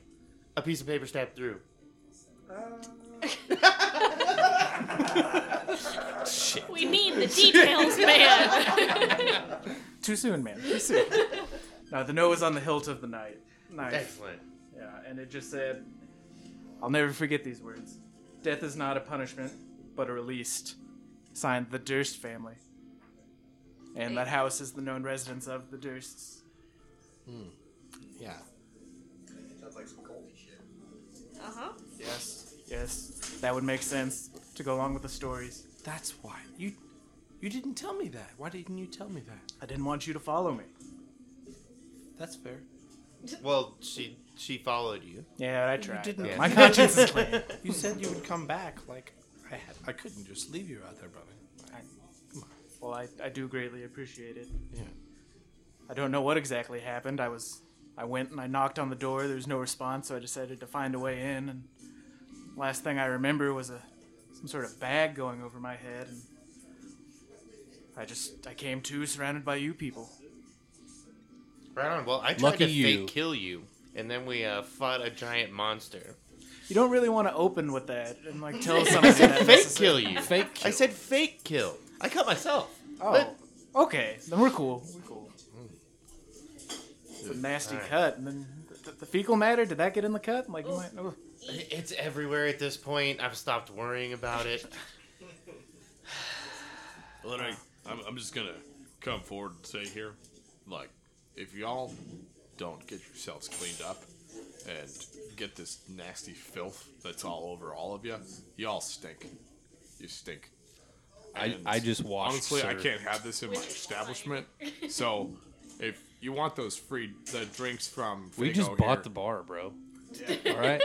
S7: a piece of paper stabbed through?
S8: Shit.
S4: We need the details, man.
S8: Too soon, man. Too soon. no, the note was on the hilt of the knife. knife.
S7: Excellent.
S8: Yeah, and it just said, I'll never forget these words. Death is not a punishment, but a released. Signed the Durst family. And that house is the known residence of the Dursts.
S1: Hmm. Yeah.
S9: Sounds like some Goldie shit.
S4: Uh huh.
S8: Yes. Yes, that would make sense to go along with the stories.
S1: That's why. You you didn't tell me that. Why didn't you tell me that?
S8: I didn't want you to follow me.
S1: That's fair.
S7: Well, she she followed you.
S8: Yeah, I
S1: You
S8: tried.
S1: didn't-
S8: My conscience is clear.
S1: You said you would come back. Like I had, I couldn't just leave you out there, brother.
S8: Well, I, I do greatly appreciate it.
S1: Yeah.
S8: I don't know what exactly happened. I was I went and I knocked on the door. There was no response, so I decided to find a way in. And last thing I remember was a some sort of bag going over my head, and I just I came to surrounded by you people.
S7: Right on. Well, I tried
S8: Lucky
S7: to
S8: you.
S7: fake kill you, and then we uh, fought a giant monster.
S8: You don't really want to open with that and like tell somebody
S7: I said
S8: that
S7: fake
S8: necessarily-
S7: kill you. I said fake kill. I cut myself.
S8: Oh, okay. Then we're cool. We're cool. It's a nasty
S7: Alright.
S8: cut. And then the, the fecal matter did that get in the cut? Like you might. ugh.
S7: It's everywhere at this point. I've stopped worrying about it.
S12: Well, then I, I'm, I'm just gonna come forward and say here, like, if y'all don't get yourselves cleaned up and get this nasty filth that's all over all of you, y'all stink. You stink.
S5: I- I just washed,
S12: Honestly, I
S5: sir.
S12: can't have this in my establishment. So, if you want those free the drinks from,
S5: We
S12: Fago
S5: just bought
S12: here-
S5: the bar, bro. All right.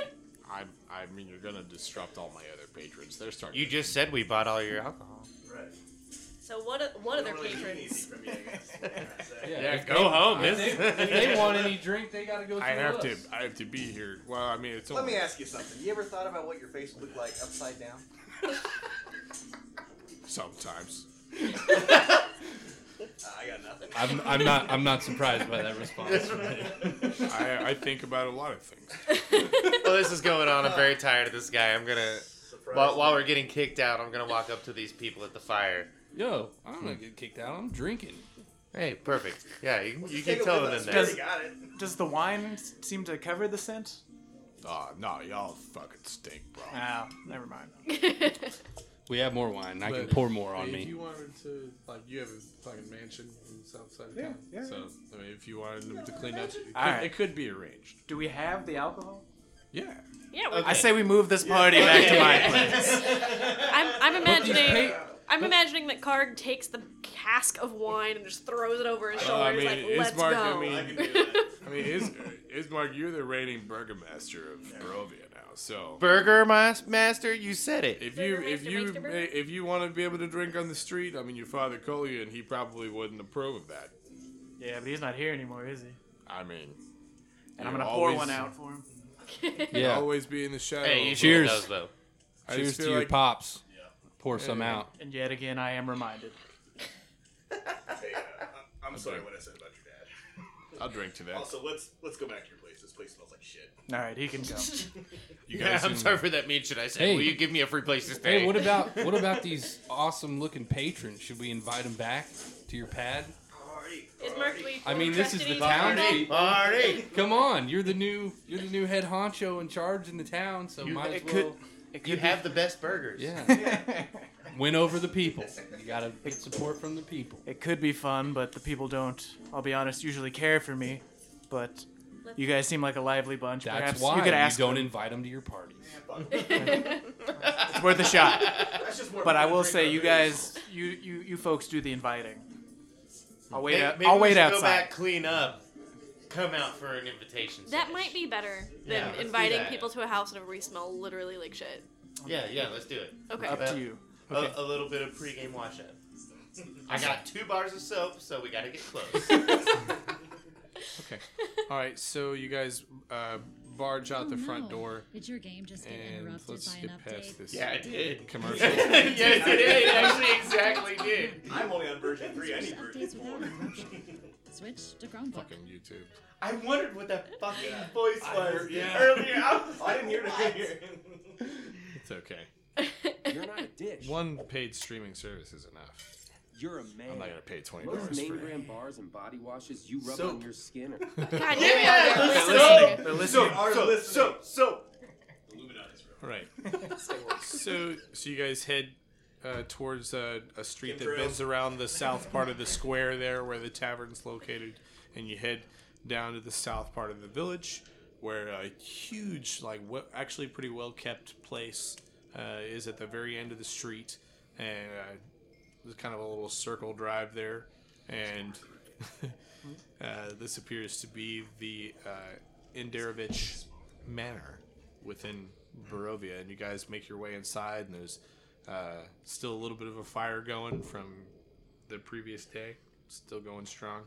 S12: I, I mean, you're gonna disrupt all my other patrons. They're starting.
S7: You just said we bought all your alcohol.
S9: Right.
S4: So what? o- What other patrons?
S7: Yeah, go home,
S5: If
S7: miss.
S5: they, if they want any drink, they gotta go.
S12: I
S5: through
S12: have
S5: us.
S12: to. I have to be here. Well, I mean, it's.
S9: Let
S12: only,
S9: me ask you something. You ever thought about what your face looked like upside down?
S12: Sometimes.
S9: I got nothing.
S5: I'm, I'm not. I'm not surprised by that response.
S12: I, I think about a lot of things.
S7: well, this is going on. I'm very tired of this guy. I'm gonna. While, while we're getting kicked out, I'm gonna walk up to these people at the fire.
S5: Yo, I'm gonna get kicked out. I'm drinking.
S7: Hey, perfect. Yeah, you, you
S9: take
S7: keep
S9: it
S7: telling
S9: with
S7: them
S9: us.
S7: that.
S9: Just- got it.
S8: Does the wine s- seem to cover the scent?
S12: Oh, no, y'all fucking stink, bro.
S8: Ah, never mind.
S5: We have more wine. I can
S18: But
S5: pour more on
S18: if
S5: me.
S18: you wanted to, like, you have a fucking mansion in the south side of
S8: Yeah,
S18: town.
S8: yeah,
S18: So, I mean, if you wanted them to clean up, it could,
S8: All right.
S18: it could be arranged.
S8: Do we have the alcohol?
S18: Yeah.
S4: Yeah, we're
S8: I say we move this party back to my place.
S4: I'm, I'm
S5: But you
S4: imagining.
S5: pay-
S4: I'm imagining that Karg takes the cask of wine and just throws it over his
S12: Oh,
S4: shoulder.
S12: I
S4: He's
S12: mean,
S4: like, let's
S12: it's Mark.
S4: go.
S12: I mean, I mean, is is Mark? You're the reigning burgomaster of Barovia now, so.
S7: Burger mas- master, you said it.
S12: if you if you ma- if you want to be able to drink on the street, I mean, your father called you, and he probably wouldn't approve of that.
S8: Yeah, but he's not here anymore, is he?
S12: I mean,
S8: And I'm
S12: you'll
S8: gonna pour
S12: always-
S8: one out for him.
S12: you'll
S5: Yeah.
S12: always be in the shadow.
S7: Hey,
S12: of-
S7: you should have those, though.
S12: I just
S5: Cheers to
S12: feel
S5: your
S12: like-
S5: pops. Pour some out.
S8: And yet again, I am reminded.
S9: Hey, uh, I'm sorry
S12: drink.
S9: what I said about your dad.
S12: I'll drink to that.
S9: Also, let's let's go back to your places. place smells like shit.
S8: All right, he can go.
S7: You Yeah, guys I'm can- sorry for that mean shit I said. Will you give me a free place to stay?
S5: Hey, what about what about these awesome looking patrons? Should we invite them back to your pad?
S4: Is Mercury
S5: I mean, this is the
S4: custody
S5: town.
S4: tomorrow?
S5: people. Come on, you're the new you're the new head honcho in charge in the town, so
S7: You-
S5: might
S7: it
S5: as
S7: could-
S5: well.
S7: it You could be- have the best burgers.
S5: Yeah. Win over the people. You gotta get support from the people.
S8: It could be fun, but the people don't. I'll be honest, usually care for me. But you guys seem like a lively bunch.
S5: That's
S8: Perhaps
S5: why
S8: you could
S5: you
S8: ask.
S5: don't
S8: them.
S5: invite 'em to your parties.
S8: it's worth a shot. But I will say, you guys, you, you you folks do the inviting. I'll wait.
S7: Maybe-
S8: out,
S7: maybe
S8: I'll
S7: we
S8: wait
S7: should
S8: outside.
S7: Go back, clean up, come out for an invitation.
S4: That might be better
S7: Yeah,
S4: than
S7: let's do
S4: inviting
S7: that.
S4: people to a house whenever we smell literally like shit.
S7: Yeah, yeah, let's do it.
S4: Okay. Up
S8: to you.
S7: A-
S8: Okay.
S7: A, little bit of pregame wash up. I got two bars of soap, so we gotta get close.
S3: Okay. All right. So you guys uh, barge out
S19: Oh,
S3: the front
S19: no.
S3: door.
S19: Did your game just get
S3: and
S19: interrupted
S3: let's
S19: by
S3: skip
S19: an
S3: past
S19: update?
S3: this.
S7: Yeah, it did.
S3: Commercial.
S7: Yes, it did. It actually exactly did.
S9: I'm only on version three. I
S19: Switch
S9: need
S19: to
S9: version
S19: updates
S9: four.
S19: without interruption. Switch to Chromebook.
S3: Fucking YouTube.
S7: I wondered what that fucking voice was
S9: I heard- yeah.
S7: earlier. I, was
S9: I didn't hear it. I
S7: like,
S9: couldn't hear
S3: It's okay.
S10: You're not a dish.
S3: One paid streaming service is enough.
S10: You're a man.
S3: I'm not gonna pay twenty
S10: Those
S3: dollars
S10: main
S3: for.
S10: brand bars and body washes you rub
S3: Soap.
S10: on your skin. Are...
S4: God
S7: Yeah,
S4: damn
S7: let's
S4: it.
S7: go.
S3: They're listening.
S7: So,
S3: Are
S7: so, so, so.
S3: Right. so, so you guys head uh, towards a, a street that
S7: Chemtrails.
S3: bends around the south part of the square there, where the tavern's located, and you head down to the south part of the village, where a huge, like, we- actually pretty well kept place uh, is at the very end of the street, and uh, there's kind of a little circle drive there, and. Uh, this appears to be the uh, Inderevich Manor within Barovia, and you guys make your way inside, and there's uh, still a little bit of a fire going from the previous day, still going strong.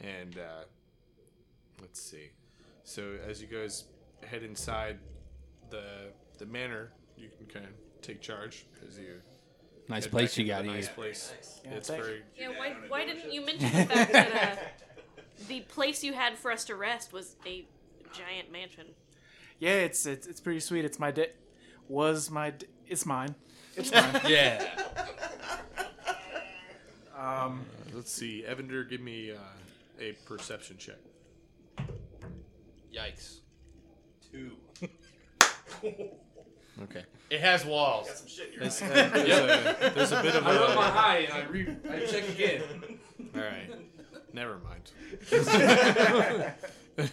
S3: And uh, let's see. So as you guys head inside the the manor, you can kind of take charge as you.
S5: Nice
S3: head
S5: place
S3: back
S5: you
S3: into
S5: got
S3: the
S5: here.
S3: Nice place.
S8: Yeah,
S3: it's
S8: thank-
S3: very
S4: Yeah, why, why didn't you mention the fact that uh, the place you had for us to rest was a giant mansion?
S8: Yeah, it's it's, it's pretty sweet. It's my da- was my d it's mine. It's mine.
S3: Um, let's see. Evander, give me uh, a perception check.
S10: Yikes.
S9: Two.
S3: Okay.
S7: It has walls.
S9: Got some shit in your
S3: There's,
S9: eye.
S3: uh, there's a, there's a bit of
S5: I
S3: a.
S5: rub my eye and I re- I check again.
S3: All right. Never mind.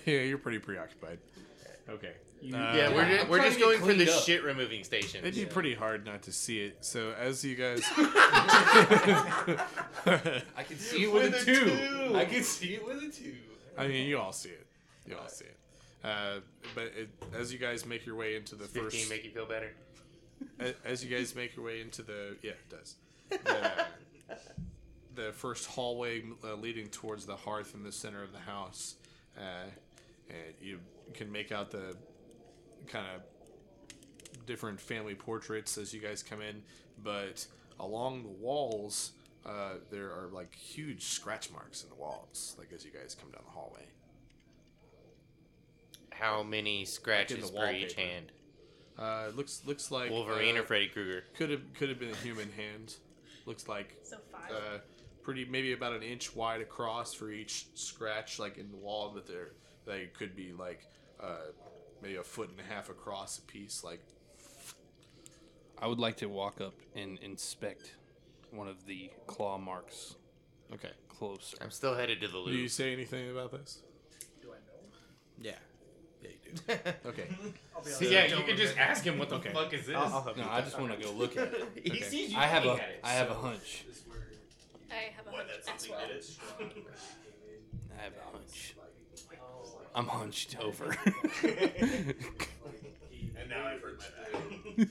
S3: yeah, you're pretty preoccupied. Okay.
S7: yeah, we're just, we're just going for the shit removing station.
S3: It'd be pretty hard not to see it. So as you guys,
S5: I can see it with, a, two. I can
S7: see it with a two.
S3: I mean, you all see it. You all see it. Uh, but it, as you guys make your way into the
S7: Does 15
S3: first,
S7: make you feel better?
S3: a- as you guys make your way into the yeah, it does. The, the first hallway uh, leading towards the hearth in the center of the house, uh, and you can make out the kind of different family portraits as you guys come in. But along the walls, uh, there are like huge scratch marks in the walls, like as you guys come down the hallway.
S7: How many scratches per each
S3: wallpaper.
S7: hand?
S3: Uh, it looks looks like
S7: Wolverine
S3: uh,
S7: or Freddy Krueger?
S3: Could have could have been a human hand. Looks like
S4: So five?
S3: Uh, pretty maybe about an inch wide across for each scratch, like in the wall. But there they could be like uh, maybe a foot and a half across a piece. Like
S5: I would like to walk up and inspect one of the claw marks.
S3: Okay.
S5: Closer.
S7: I'm still headed to the
S3: do you
S7: Louvre.
S3: say anything about this?
S5: Yeah. Yeah, you
S3: do. okay.
S7: See, yeah, you can just ask him what the
S3: Okay.
S7: fuck is this.
S5: I'll- I'll help No, you with I that. just wanna go look at it.
S7: he
S5: Okay.
S7: sees you
S5: I have
S7: looking
S5: a-
S7: at it.
S5: I have a hunch.
S4: I have a hunch as well.
S5: I have a hunch. I'm hunched over.
S9: And now I've hurt my back.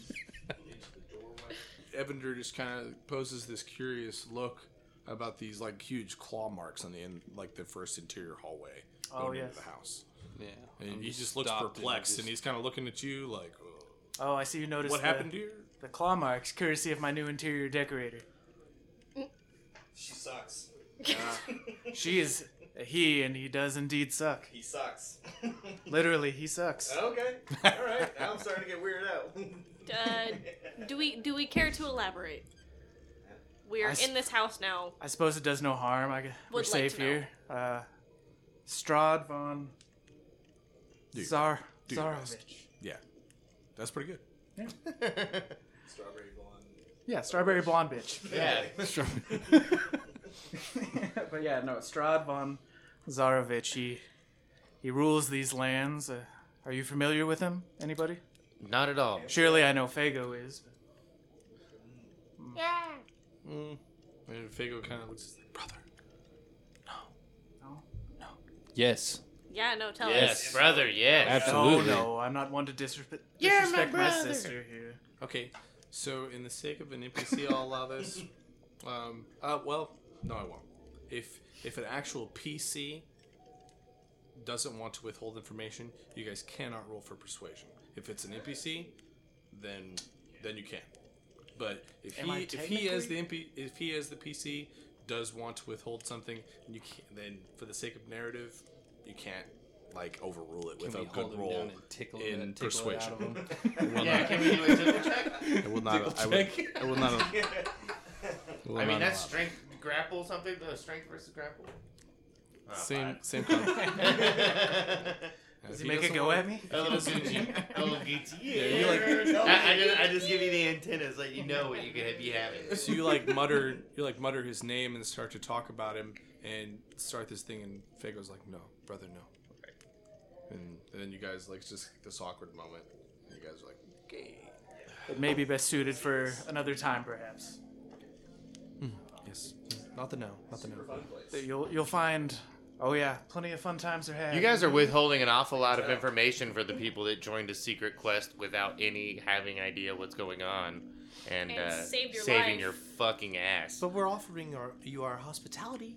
S3: Evander just kind of poses this curious look about these like huge claw marks on the end, like the first interior hallway
S8: Oh,
S3: going
S8: yes.
S3: into the house.
S5: Yeah,
S3: and
S5: I'm
S3: he
S5: just
S3: just, looks
S5: stopped and
S3: perplexed, and,
S5: just-
S3: he's kind of looking at you like,
S8: Oh, I see you noticed.
S3: What
S8: the-
S3: happened here?
S8: The claw marks, courtesy of my new interior decorator.
S9: She sucks.
S8: She is A he, and he does indeed suck.
S9: He sucks.
S8: Literally, he sucks.
S9: Okay. All right. Now I'm starting to get weirded out.
S4: Uh, do we do we care to elaborate? We
S8: I
S4: are
S8: s-
S4: in this house now.
S8: I suppose it does no harm. I, g- we're
S4: Would like
S8: safe
S4: to know.
S8: here. Uh, Strahd von
S3: Do-
S8: Zar
S3: do your
S8: Zarovich.
S3: best. Yeah, that's pretty good.
S9: Strawberry blonde.
S8: Yeah, strawberry blonde bitch.
S9: Yeah.
S8: but yeah, no, Strahd von Zarovich. He, he rules these lands. Uh, are you familiar with him? Anybody?
S7: Not at all.
S8: Surely I know Fago is.
S4: Yeah.
S5: Mm. And Fago kind of looks like brother.
S10: Yes.
S4: Yeah. No. Tell
S7: Yes,
S4: us.
S7: brother. Yes.
S10: Absolutely.
S8: Oh, No, no, I'm not one to disrespect,
S4: You're my
S8: disrespect my,
S4: brother.
S8: sister here.
S5: Okay, so in the sake of an NPC, I'll allow this. Um,
S3: Uh, well, no, I won't. If if an actual PC doesn't want to withhold information, you guys cannot roll for persuasion. If it's an NPC, then then you can. But if
S5: Am I
S3: he if he as the NP,
S5: technically-
S3: if he as the PC does want to withhold something, you can then for the sake of narrative, you can't like overrule it
S5: Can
S3: with
S5: we
S3: a
S5: hold
S3: good
S5: him
S3: roll
S5: down and tickle it-
S3: in
S5: tickle it out
S3: persuasion.
S5: of him?
S3: It will
S5: Yeah,
S3: not-
S5: can we do a tickle
S7: check?
S3: It will not. I
S5: Tickle
S3: will,
S5: check.
S3: I will not. will
S7: I
S3: not
S7: mean, that's
S3: allow it.
S7: strength grapple something. Uh, strength versus grapple. Oh,
S3: Same-
S7: fine.
S3: same kind of-
S8: Does he make a go at me?
S7: Elegancy. Elegancy.
S3: Yeah, you like-
S7: I, I, just, I just give you the antennas, let you know what you could be having.
S3: So you like mutter, you like mutter his name and start to talk about him and start this thing, and Fago's like, "No, brother, no." And, and then you guys like just this awkward moment. And you guys are like, "Okay."
S8: It may be best suited for another time, perhaps.
S3: Hmm, Yes. Not the no. Not the no.
S8: That You'll you'll find. Oh yeah, plenty of fun times are had.
S7: You guys are withholding an awful lot of information for the people that joined a secret quest without any having idea what's going on, and,
S4: And
S7: uh,
S4: saved your
S7: saving
S4: life.
S7: your fucking ass.
S20: But we're offering our, you our hospitality.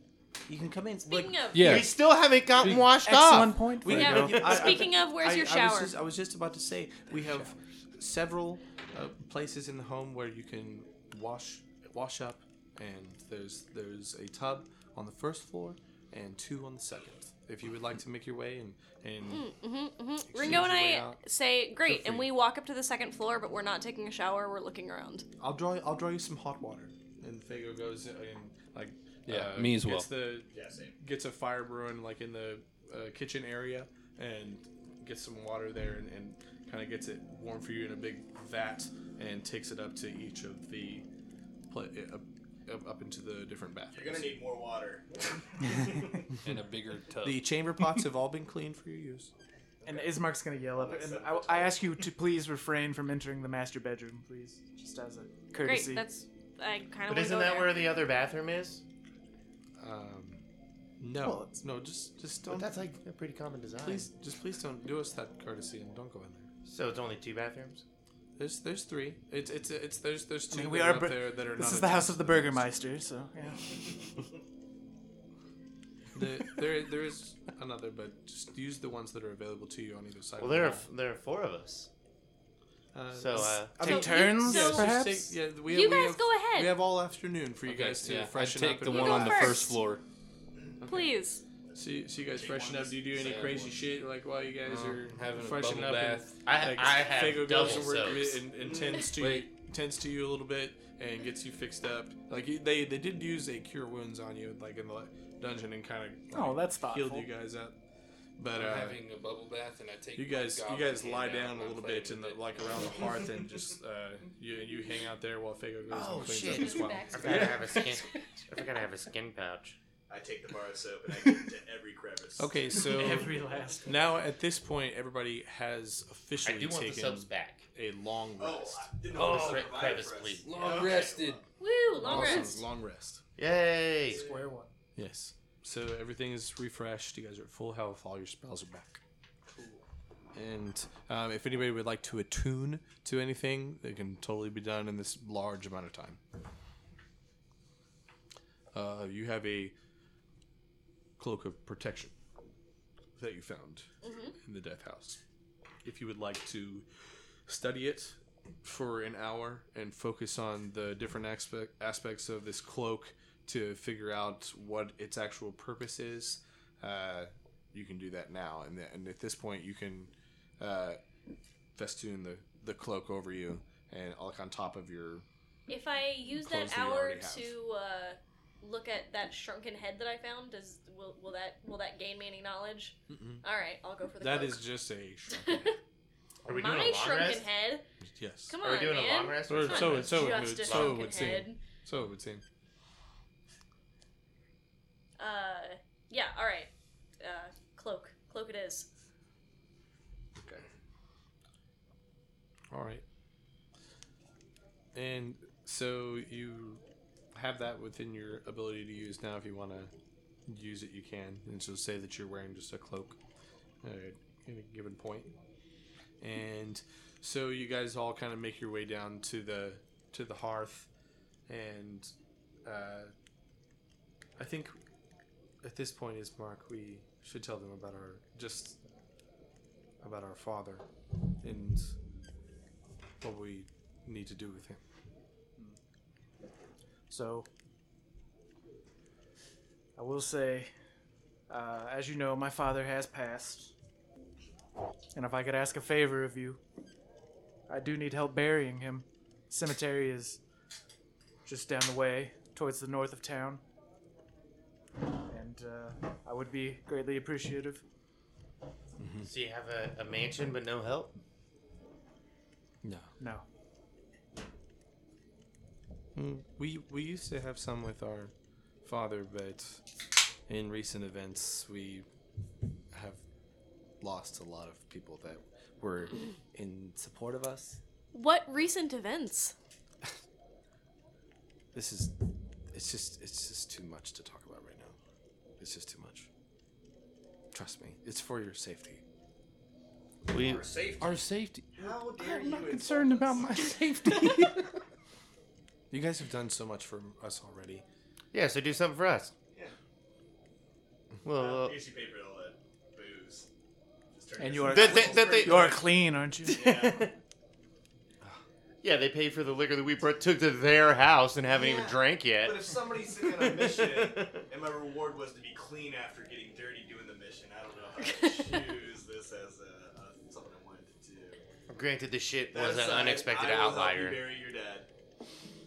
S20: You can come in.
S4: Speaking
S20: like,
S4: of- Yeah.
S20: we still haven't gotten
S7: Speak-
S20: washed
S7: excellent
S20: off.
S7: point,
S20: We-
S4: Frank. Yeah.
S20: I- I-
S4: Speaking of, where's
S20: I-
S4: your
S20: I was,
S4: shower?
S20: just, I was just about to say we have several uh, places in the home where you can
S3: wash wash up, and there's there's a tub on the first floor and two on the second. If you would like to make your way and and
S4: Mm-hmm, mm-hmm.
S3: Exchange
S4: Ringo and
S3: your way
S4: I
S3: out.
S4: say great,
S3: Feel
S4: and
S3: free.
S4: we walk up to the second floor, but we're not taking a shower. We're looking around.
S3: I'll draw. I'll draw you some hot water. And Fago goes and like uh,
S5: Yeah, me as well.
S3: Gets the
S9: Yeah, same.
S3: gets a fire brewing like in the uh, kitchen area and gets some water there and, and kind of gets it warm for you in a big vat and takes it up to each of the pla- uh, up, up, up into the different bathrooms.
S9: You're gonna need more water.
S5: and a bigger tub.
S3: the chamber pots have all been cleaned for your use.
S8: And Ismark's gonna yell up. And I, I ask you to please refrain from entering the master bedroom, please, just as a courtesy.
S4: Great. That's I kind of.
S7: But isn't that where the other bathroom is?
S3: Um, no,
S7: Well,
S3: no, just just
S7: But
S3: don't.
S7: that's like a pretty common design.
S3: Please, just please don't do us that courtesy and don't go in there.
S7: So it's only two bathrooms.
S3: There's there's three. It's it's it's there's there's
S8: I
S3: two
S8: mean, we
S3: that
S8: are.
S3: up
S8: bur-
S3: there that are
S8: this
S3: not
S8: is the house of the
S3: attached.
S8: Burgermeister, so yeah.
S3: The, there, there is another, but just use the ones that are available to you on either side. of
S7: Well,
S3: the
S7: there are
S3: wall.
S7: there are four of us.
S3: Uh,
S7: So uh,
S8: Take turns,
S3: yeah, let's just
S8: perhaps.
S3: take- yeah, we,
S4: You
S3: we
S4: guys
S3: have,
S4: go ahead.
S3: We have all afternoon for you
S5: Okay,
S3: guys to
S5: yeah, I'd
S3: freshen
S5: take
S3: up.
S5: the
S3: and-
S5: one
S4: You go
S5: on the first
S4: first.
S5: floor.
S4: Please.
S3: So, you- so you guys freshen up. Do you do any
S5: Say
S3: crazy
S5: one.
S3: shit like while you guys
S5: Uh,
S3: are
S5: having a
S3: freshening
S5: bubble
S3: up?
S5: bath.
S3: And,
S7: I-
S3: like,
S7: I have
S3: Fago
S7: double
S3: goes and, work-
S7: soaps.
S3: and, and tends to you, tends to you a little bit and gets you fixed up. Like you- they they did use a cure wounds on you like in the dungeon and kind of
S8: Oh, that's
S3: healed
S8: thoughtful.
S3: you guys up. But
S5: I'm
S3: uh,
S5: having a bubble bath, and I take
S3: you
S5: my
S3: guys, you
S5: goblin
S3: guys
S5: hand
S3: lie
S5: out
S3: down
S5: and
S3: a
S5: I'm
S3: little
S5: playing
S3: bit in
S5: with
S3: the
S5: it.
S3: like around the hearth, and just uh, you and you hang out there while Fago goes
S20: Oh,
S3: and cleans
S20: shit.
S3: up as well.
S7: I forgot to have a skin. I forgot to have a skin pouch.
S9: I take the bar of soap and I get into every crevice.
S3: Okay, so
S8: Every last one.
S3: now at this point, everybody has officially
S7: I do want the
S3: taken
S7: subs back.
S3: a long
S9: Oh,
S3: rest.
S9: I didn't
S7: Oh,
S9: want to
S7: right,
S9: provide
S7: crevice,
S9: for us.
S7: please.
S5: Long
S9: Okay,
S5: rested.
S4: Woo! Long
S3: Awesome,
S4: rest.
S3: long rest.
S7: Yay!
S8: Square one.
S3: Yes. So everything is refreshed. You guys are at full health. All your spells are back. And um, if anybody would like to attune to anything, they can totally be done in this large amount of time. Uh, you have a cloak of protection that you found in the death house. If you would like to study it for an hour and focus on the different aspect, aspects of this cloak to figure out what its actual purpose is, uh, you can do that now. And, th- and at this point, you can uh, festoon the, the cloak over you and like on top of your.
S4: If I use
S3: Clothes
S4: that
S3: that you
S4: hour
S3: already have.
S4: to uh, look at that shrunken head that I found, does will, will that will that gain me any knowledge?
S3: Mm-mm.
S4: All right, I'll go for the.
S3: That
S4: cloak.
S3: is just a shrunk.
S7: Are we doing
S4: My
S7: a long
S4: shrunken
S7: rest?
S4: head.
S3: Yes.
S4: Come on, man.
S3: Or
S4: It's
S3: so
S4: not
S3: it, so it would,
S4: just a
S3: so it
S4: shrunken
S3: would
S4: head.
S3: seem. So it would seem.
S4: Uh, yeah. All right. Uh, cloak, cloak it is.
S3: Okay. All right. And so you have that within your ability to use now. If you want to use it, you can. And so say that you're wearing just a cloak uh, at any given point. And so you guys all kind of make your way down to the to the hearth, and uh, I think at this point is Mark. We should tell them about our just about our father and what we need to do with him.
S8: So, I will say, uh, as you know, my father has passed. And if I could ask a favor of you, I do need help burying him. Cemetery is just down the way, towards the north of town. And uh, I would be greatly appreciative.
S7: So you have a, a mansion but no help?
S3: No.
S8: No.
S3: We we used to have some with our father, but in recent events we have lost a lot of people that were in support of us.
S4: What recent events?
S3: This is it's just it's just too much to talk about right now. It's just too much. Trust me, it's for your safety.
S7: We,
S3: Our safety. Our safety.
S9: How dare
S3: I'm
S9: you?
S3: not
S9: insult
S3: concerned
S9: us?
S3: about my safety. you guys have done so much for us already.
S7: Yeah, so do something for us.
S9: Yeah.
S7: Well,
S9: Uh,
S7: uh,
S9: here's your paper, all that booze. Just turn
S8: And
S9: this
S8: you are
S9: into a
S7: That- that-
S9: little
S7: that they-
S9: straight
S8: You are
S9: line.
S8: clean, aren't you?
S9: Yeah.
S7: yeah, they paid for the liquor that we brought, took to their house and haven't even
S9: Yeah,
S7: drank yet.
S9: But if somebody's sitting on a mission and my reward was to be clean after getting dirty doing the mission, I don't know how to choose this as a, a, something I wanted to do.
S7: Granted, the shit
S9: That
S7: was an
S9: aside,
S7: unexpected
S9: I will help you
S7: outlier.
S9: bury your dad.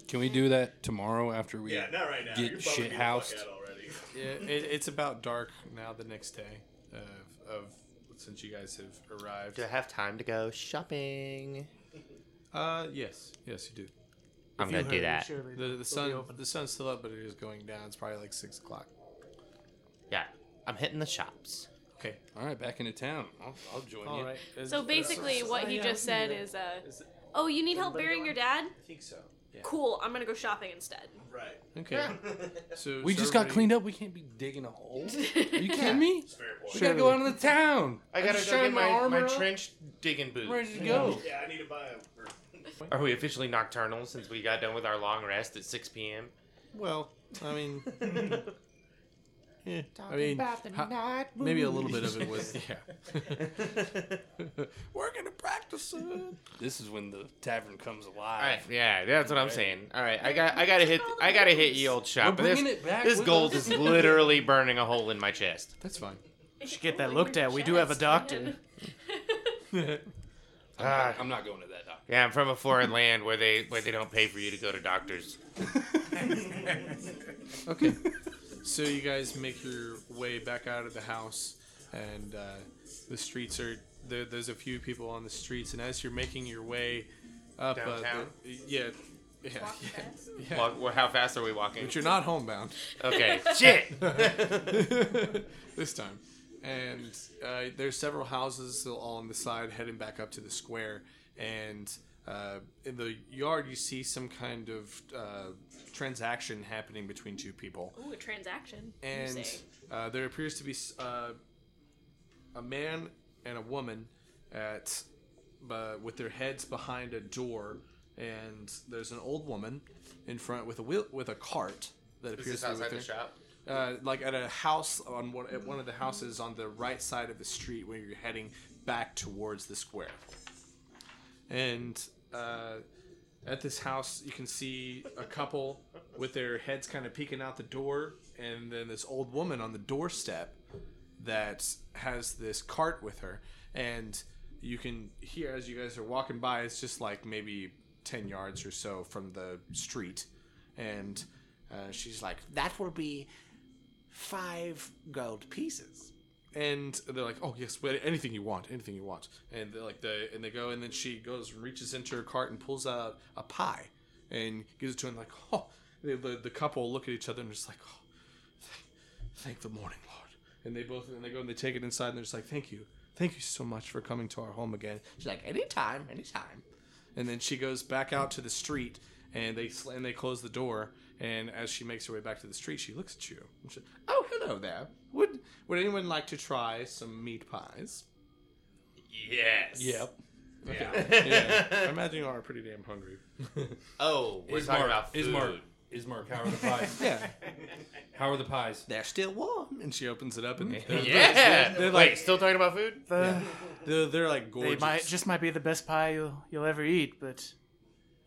S5: Can we do that tomorrow after we
S9: Yeah, not right now. You're
S5: get
S9: bumming me
S5: shit
S9: the fuck
S5: housed?
S9: out already.
S3: Yeah, it, it's about dark now. The next day of, of since you guys have arrived.
S7: Do I have time to go shopping?
S3: Uh, yes, yes, you do.
S7: I'm
S3: If you
S7: gonna do
S3: hurry,
S7: that.
S8: surely
S3: The,
S8: they'll
S3: the
S8: be
S3: sun
S8: open.
S3: the sun's still up, but it is going down. It's probably like six o'clock.
S7: Yeah, I'm hitting the shops.
S3: Okay.
S5: All right, back into town. I'll, I'll join
S3: All
S5: you.
S3: right. Is-
S4: So
S3: is-
S4: basically, what he
S8: yeah,
S4: just
S8: I
S4: said
S8: can do
S4: is, uh, oh, you need help
S8: Everybody
S4: burying
S8: going?
S4: your dad?
S3: I think so. Yeah.
S4: Cool. I'm gonna go shopping instead.
S9: Right.
S3: Okay. so
S5: We
S3: so
S5: just got
S3: everybody-
S5: cleaned up. We can't be digging a hole. Are you
S7: Yeah.
S5: kidding me?
S9: It's fair
S5: We
S9: point.
S5: gotta go out in the town.
S7: I
S5: I'm
S7: gotta
S5: just
S7: go
S5: shining
S7: get my, my
S5: armor up.
S7: trench digging boots.
S5: Ready to go.
S9: Yeah, I need to buy a. or-
S7: Are we officially nocturnal since we got done with our long rest at 6 p.m.?
S3: Well, I mean, yeah, I mean, ho- maybe a little bit of it was yeah. We're gonna practice it.
S5: This is when the tavern comes
S7: All right,
S5: alive.
S7: yeah, that's what I'm
S5: Right.
S7: saying. All right, I got, I gotta hit, I gotta hit ye old shop.
S5: We're
S7: This,
S5: bringing it back
S7: this
S5: with
S7: gold
S5: us.
S7: is literally burning a hole in my chest.
S3: That's fine.
S8: You should get
S4: Oh,
S8: that looked at. We do have a doctor.
S7: Ah,
S5: I'm not going to that doctor.
S7: yeah, I'm from a foreign land where they, where they don't pay for you to go to doctors.
S3: Okay. so you guys make your way back out of the house, and uh, the streets are there, there's a few people on the streets, and as you're making your way up,
S7: Downtown?
S3: Uh, the, yeah, yeah, yeah, yeah.
S7: Walk, well, how fast are we walking?
S3: But you're not homebound.
S7: Okay, shit.
S3: this time. And uh, there's several houses still all on the side heading back up to the square. And uh, in the yard, you see some kind of uh, transaction happening between two people.
S4: Ooh, a transaction. you
S3: And
S4: say.
S3: uh, there appears to be s- uh, a man and a woman at uh, with their heads behind a door. And there's an old woman in front with a wheel with a cart that
S7: Is
S3: appears
S7: this
S3: to be with
S7: outside
S3: her
S7: the shop?
S3: uh, like at a house on one at one of the houses on the right side of the street where you're heading back towards the square. And uh, at this house, you can see a couple with their heads kind of peeking out the door, and then this old woman on the doorstep,
S1: that has this cart with her, and you can hear as you guys are walking by. It's just like maybe ten yards or so from the street, and uh, she's like, "That will be five gold pieces." and they're like, "Oh yes, wait, anything you want, anything you want." And they're like, "They and they go, and then she goes, and reaches into her cart and pulls out a pie, and gives it to him. Like, oh, they, the the couple look at each other and just like, oh, thank, thank the morning lord. And they both and they go and they take it inside and they're just like, "Thank you, thank you so much for coming to our home again." She's like, "Anytime, anytime." And then she goes back out to the street, and they sl- and they close the door. And as she makes her way back to the street, she looks at you. And she, oh, hello there. Would would anyone like to try some meat pies?
S7: Yes.
S1: Yep.
S7: Yeah.
S1: Okay. yeah. I imagine you are pretty damn hungry.
S7: Oh, we're talking about food.
S5: Ismark, Ismark, how are the pies?
S1: yeah.
S5: How are the pies?
S1: They're still warm. And she opens it up and they're,
S7: Yeah.
S1: they're
S7: Wait,
S1: like
S7: still talking about food?
S8: The-
S1: they're, they're like gorgeous.
S8: They might just might be the best pie you'll you'll ever eat, but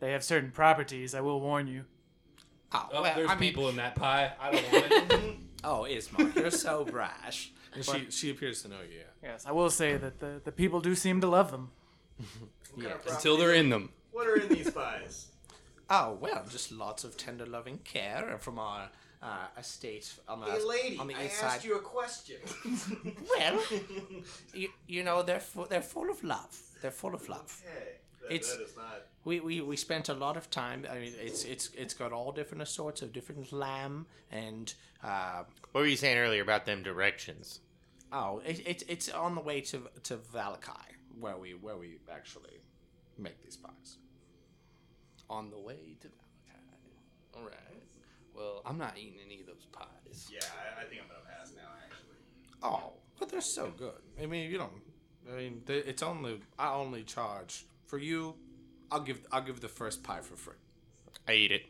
S8: they have certain properties. I will warn you.
S12: Oh,
S5: Oh,
S12: well,
S5: there's
S12: I mean,
S5: people in that pie. I don't want it.
S12: oh, Ismark, you're so brash.
S1: and
S12: But-
S1: she she appears to know you. Yeah.
S8: Yes, I will say that the, the people do seem to love them.
S5: Until they're in them.
S9: What are in these pies?
S12: Oh well, just lots of tender, loving care from our uh, estate on the
S9: Hey, lady,
S12: on the
S9: I
S12: east
S9: asked
S12: side.
S9: you a question.
S12: Well, you, you know they're fu- they're full of love. They're full of love.
S9: Hey, that-
S12: It's-
S9: that is not.
S12: We, we, we spent a lot of time. I mean, it's it's it's got all different assorts of different lamb and uh,
S7: What were you saying earlier about them directions?
S12: oh, it, it, it's on the way to to Valakai where we where we actually make these pies.
S5: On the way to Malachi. All right. Well, I'm not eating any of those pies.
S9: Yeah, I, I think I'm gonna pass now. Actually,
S1: Oh, but they're so good. I mean, you don't. I mean, they, it's only I only charge for you. I'll give I'll give the first pie for free.
S7: I eat it.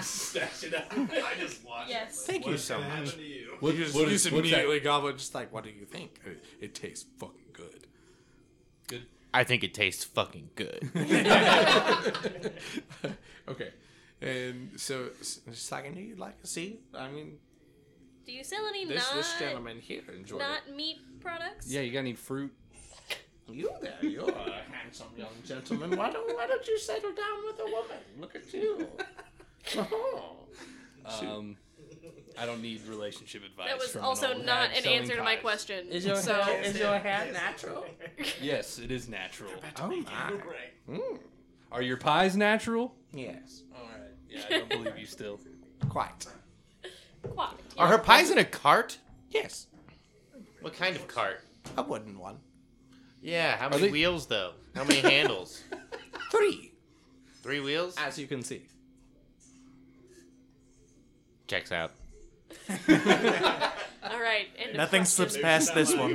S9: stash it up. I just watch.
S4: Yes.
S9: It.
S12: Thank you
S9: What's
S12: so
S9: gonna
S12: much.
S9: happen to you?
S5: What-
S1: you just,
S5: what
S1: you
S5: is-
S1: just
S5: what's that?
S1: immediately gobble. it, Just like, what do you think? It, it tastes fucking good.
S5: Good.
S7: I think it tastes fucking good.
S1: okay, and so it's just like I knew you'd like to see. I mean,
S4: Do you sell any
S1: this
S4: not
S1: this gentleman here enjoyed it.
S4: not meat products?
S5: Yeah, you got any fruit?
S12: You there, you are a handsome young gentleman. Why don't why don't you settle down with a woman? Look at you. Oh.
S5: Um, I don't need relationship advice.
S4: That was
S5: from an
S4: also
S5: old
S4: not
S5: hag
S4: an
S5: selling
S4: answer to my
S5: pies.
S4: question.
S12: Is your
S4: so
S12: hair, is your hair natural?
S5: Yes, it is natural. Mm.
S12: Oh my.
S9: Right.
S5: Are your pies natural?
S12: Yes,
S5: All right. Yeah, I don't believe you still.
S12: quite.
S4: Quack.
S7: Are her pies in a cart?
S12: Yes,
S7: What kind of cart?
S12: a wooden one.
S7: Yeah, how many
S1: they-
S7: wheels though? How many handles?
S12: Three,
S7: Three wheels?
S1: As you can see,
S7: Checks out.
S4: All right. end of
S8: Nothing
S4: question.
S8: slips past this one.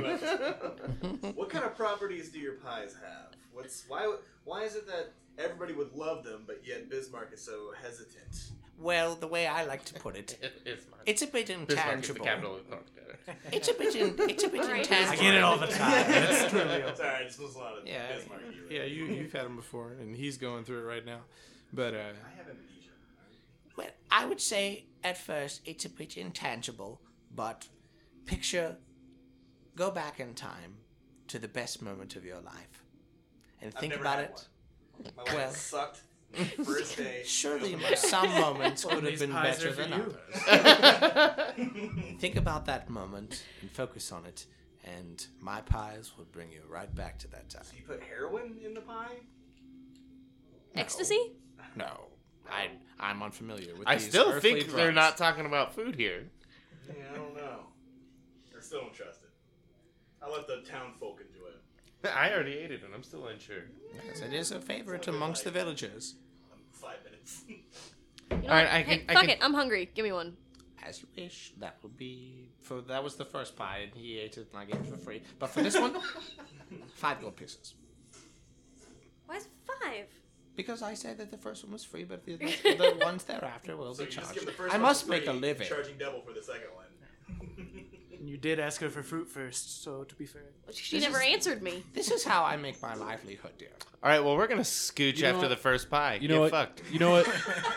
S9: what kind of properties do your pies have? What's why? Why is it that everybody would love them, but yet Bismarck is so hesitant?
S12: Well, the way I like to put it, it's a bit intangible. It's a bit in, it's a bit intangible.
S8: I get it all the time. It's trivial.
S9: Sorry, I just was a lot of
S12: Yeah.
S9: Bismarck. You
S1: yeah, you you've had him before, and he's going through it right now. But uh,
S9: I have amnesia.
S12: Well, I would say at first it's a bit intangible, but picture, go back in time to the best moment of your life, and
S9: I've
S12: think
S9: never
S12: about
S9: had
S12: it.
S9: My life
S12: Well.
S9: sucked. First day.
S12: Surely some moments could have
S8: these
S12: been
S8: pies
S12: better
S8: are for
S12: than
S8: you.
S12: others. think about that moment and focus on it, and my pies will bring you right back to that time.
S9: You put heroin in the pie?
S4: Ecstasy?
S1: no, I I'm unfamiliar with.
S7: I
S1: these
S7: still
S1: earthly
S7: think they're
S1: drugs.
S7: not talking about food here.
S9: Yeah, I don't know. I still don't trust it. I let the town folk enjoy it.
S7: I already ate it and I'm still unsure.
S12: Yes, it is a favorite amongst the villagers.
S9: Um, five minutes.
S4: You know what?
S7: Alright, I
S4: Hey,
S7: can- I
S4: fuck
S7: can-
S4: it. I'm hungry. Give me one.
S12: As you wish. That will be for that was the first pie, and he ate it and I gave it for free. But for this one, five gold pieces.
S4: Why is five?
S12: Because I said that the first one was free, but the, the, the ones thereafter will
S9: so
S12: be
S9: you just give
S12: charged.
S9: the first
S12: I
S9: one
S12: must
S9: for
S12: make a
S9: free,
S12: living.
S9: Charging double for the second one.
S8: And you did ask her for fruit first, so to be fair.
S4: She
S12: This
S4: never
S12: is-
S4: answered me.
S12: This is how I make my livelihood, dear.
S7: All right, well, we're going to scooch
S5: You know
S7: after
S5: what?
S7: the first pie.
S5: You know
S7: Get
S5: what?
S7: fucked.
S5: You know what?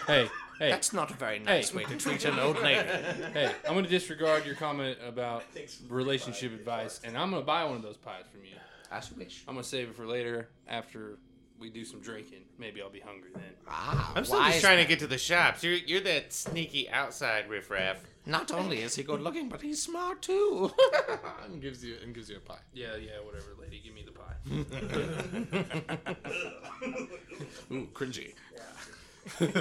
S5: hey, Hey.
S3: That's not a very nice
S5: Hey.
S3: way to treat an old lady.
S5: hey, I'm going to disregard your comment about relationship advice, and I'm going to buy one of those pies from you.
S3: As you wish.
S5: I'm going to save it for later after we do some drinking. Maybe I'll be hungry then.
S3: Ah,
S7: I'm still just trying to get to the shops. You're you're that sneaky outside riffraff.
S3: Not only is he good looking, but he's smart too.
S12: and gives you and gives you a pie.
S5: Yeah, yeah, whatever, lady. Give me the pie.
S12: Ooh, cringy.
S7: All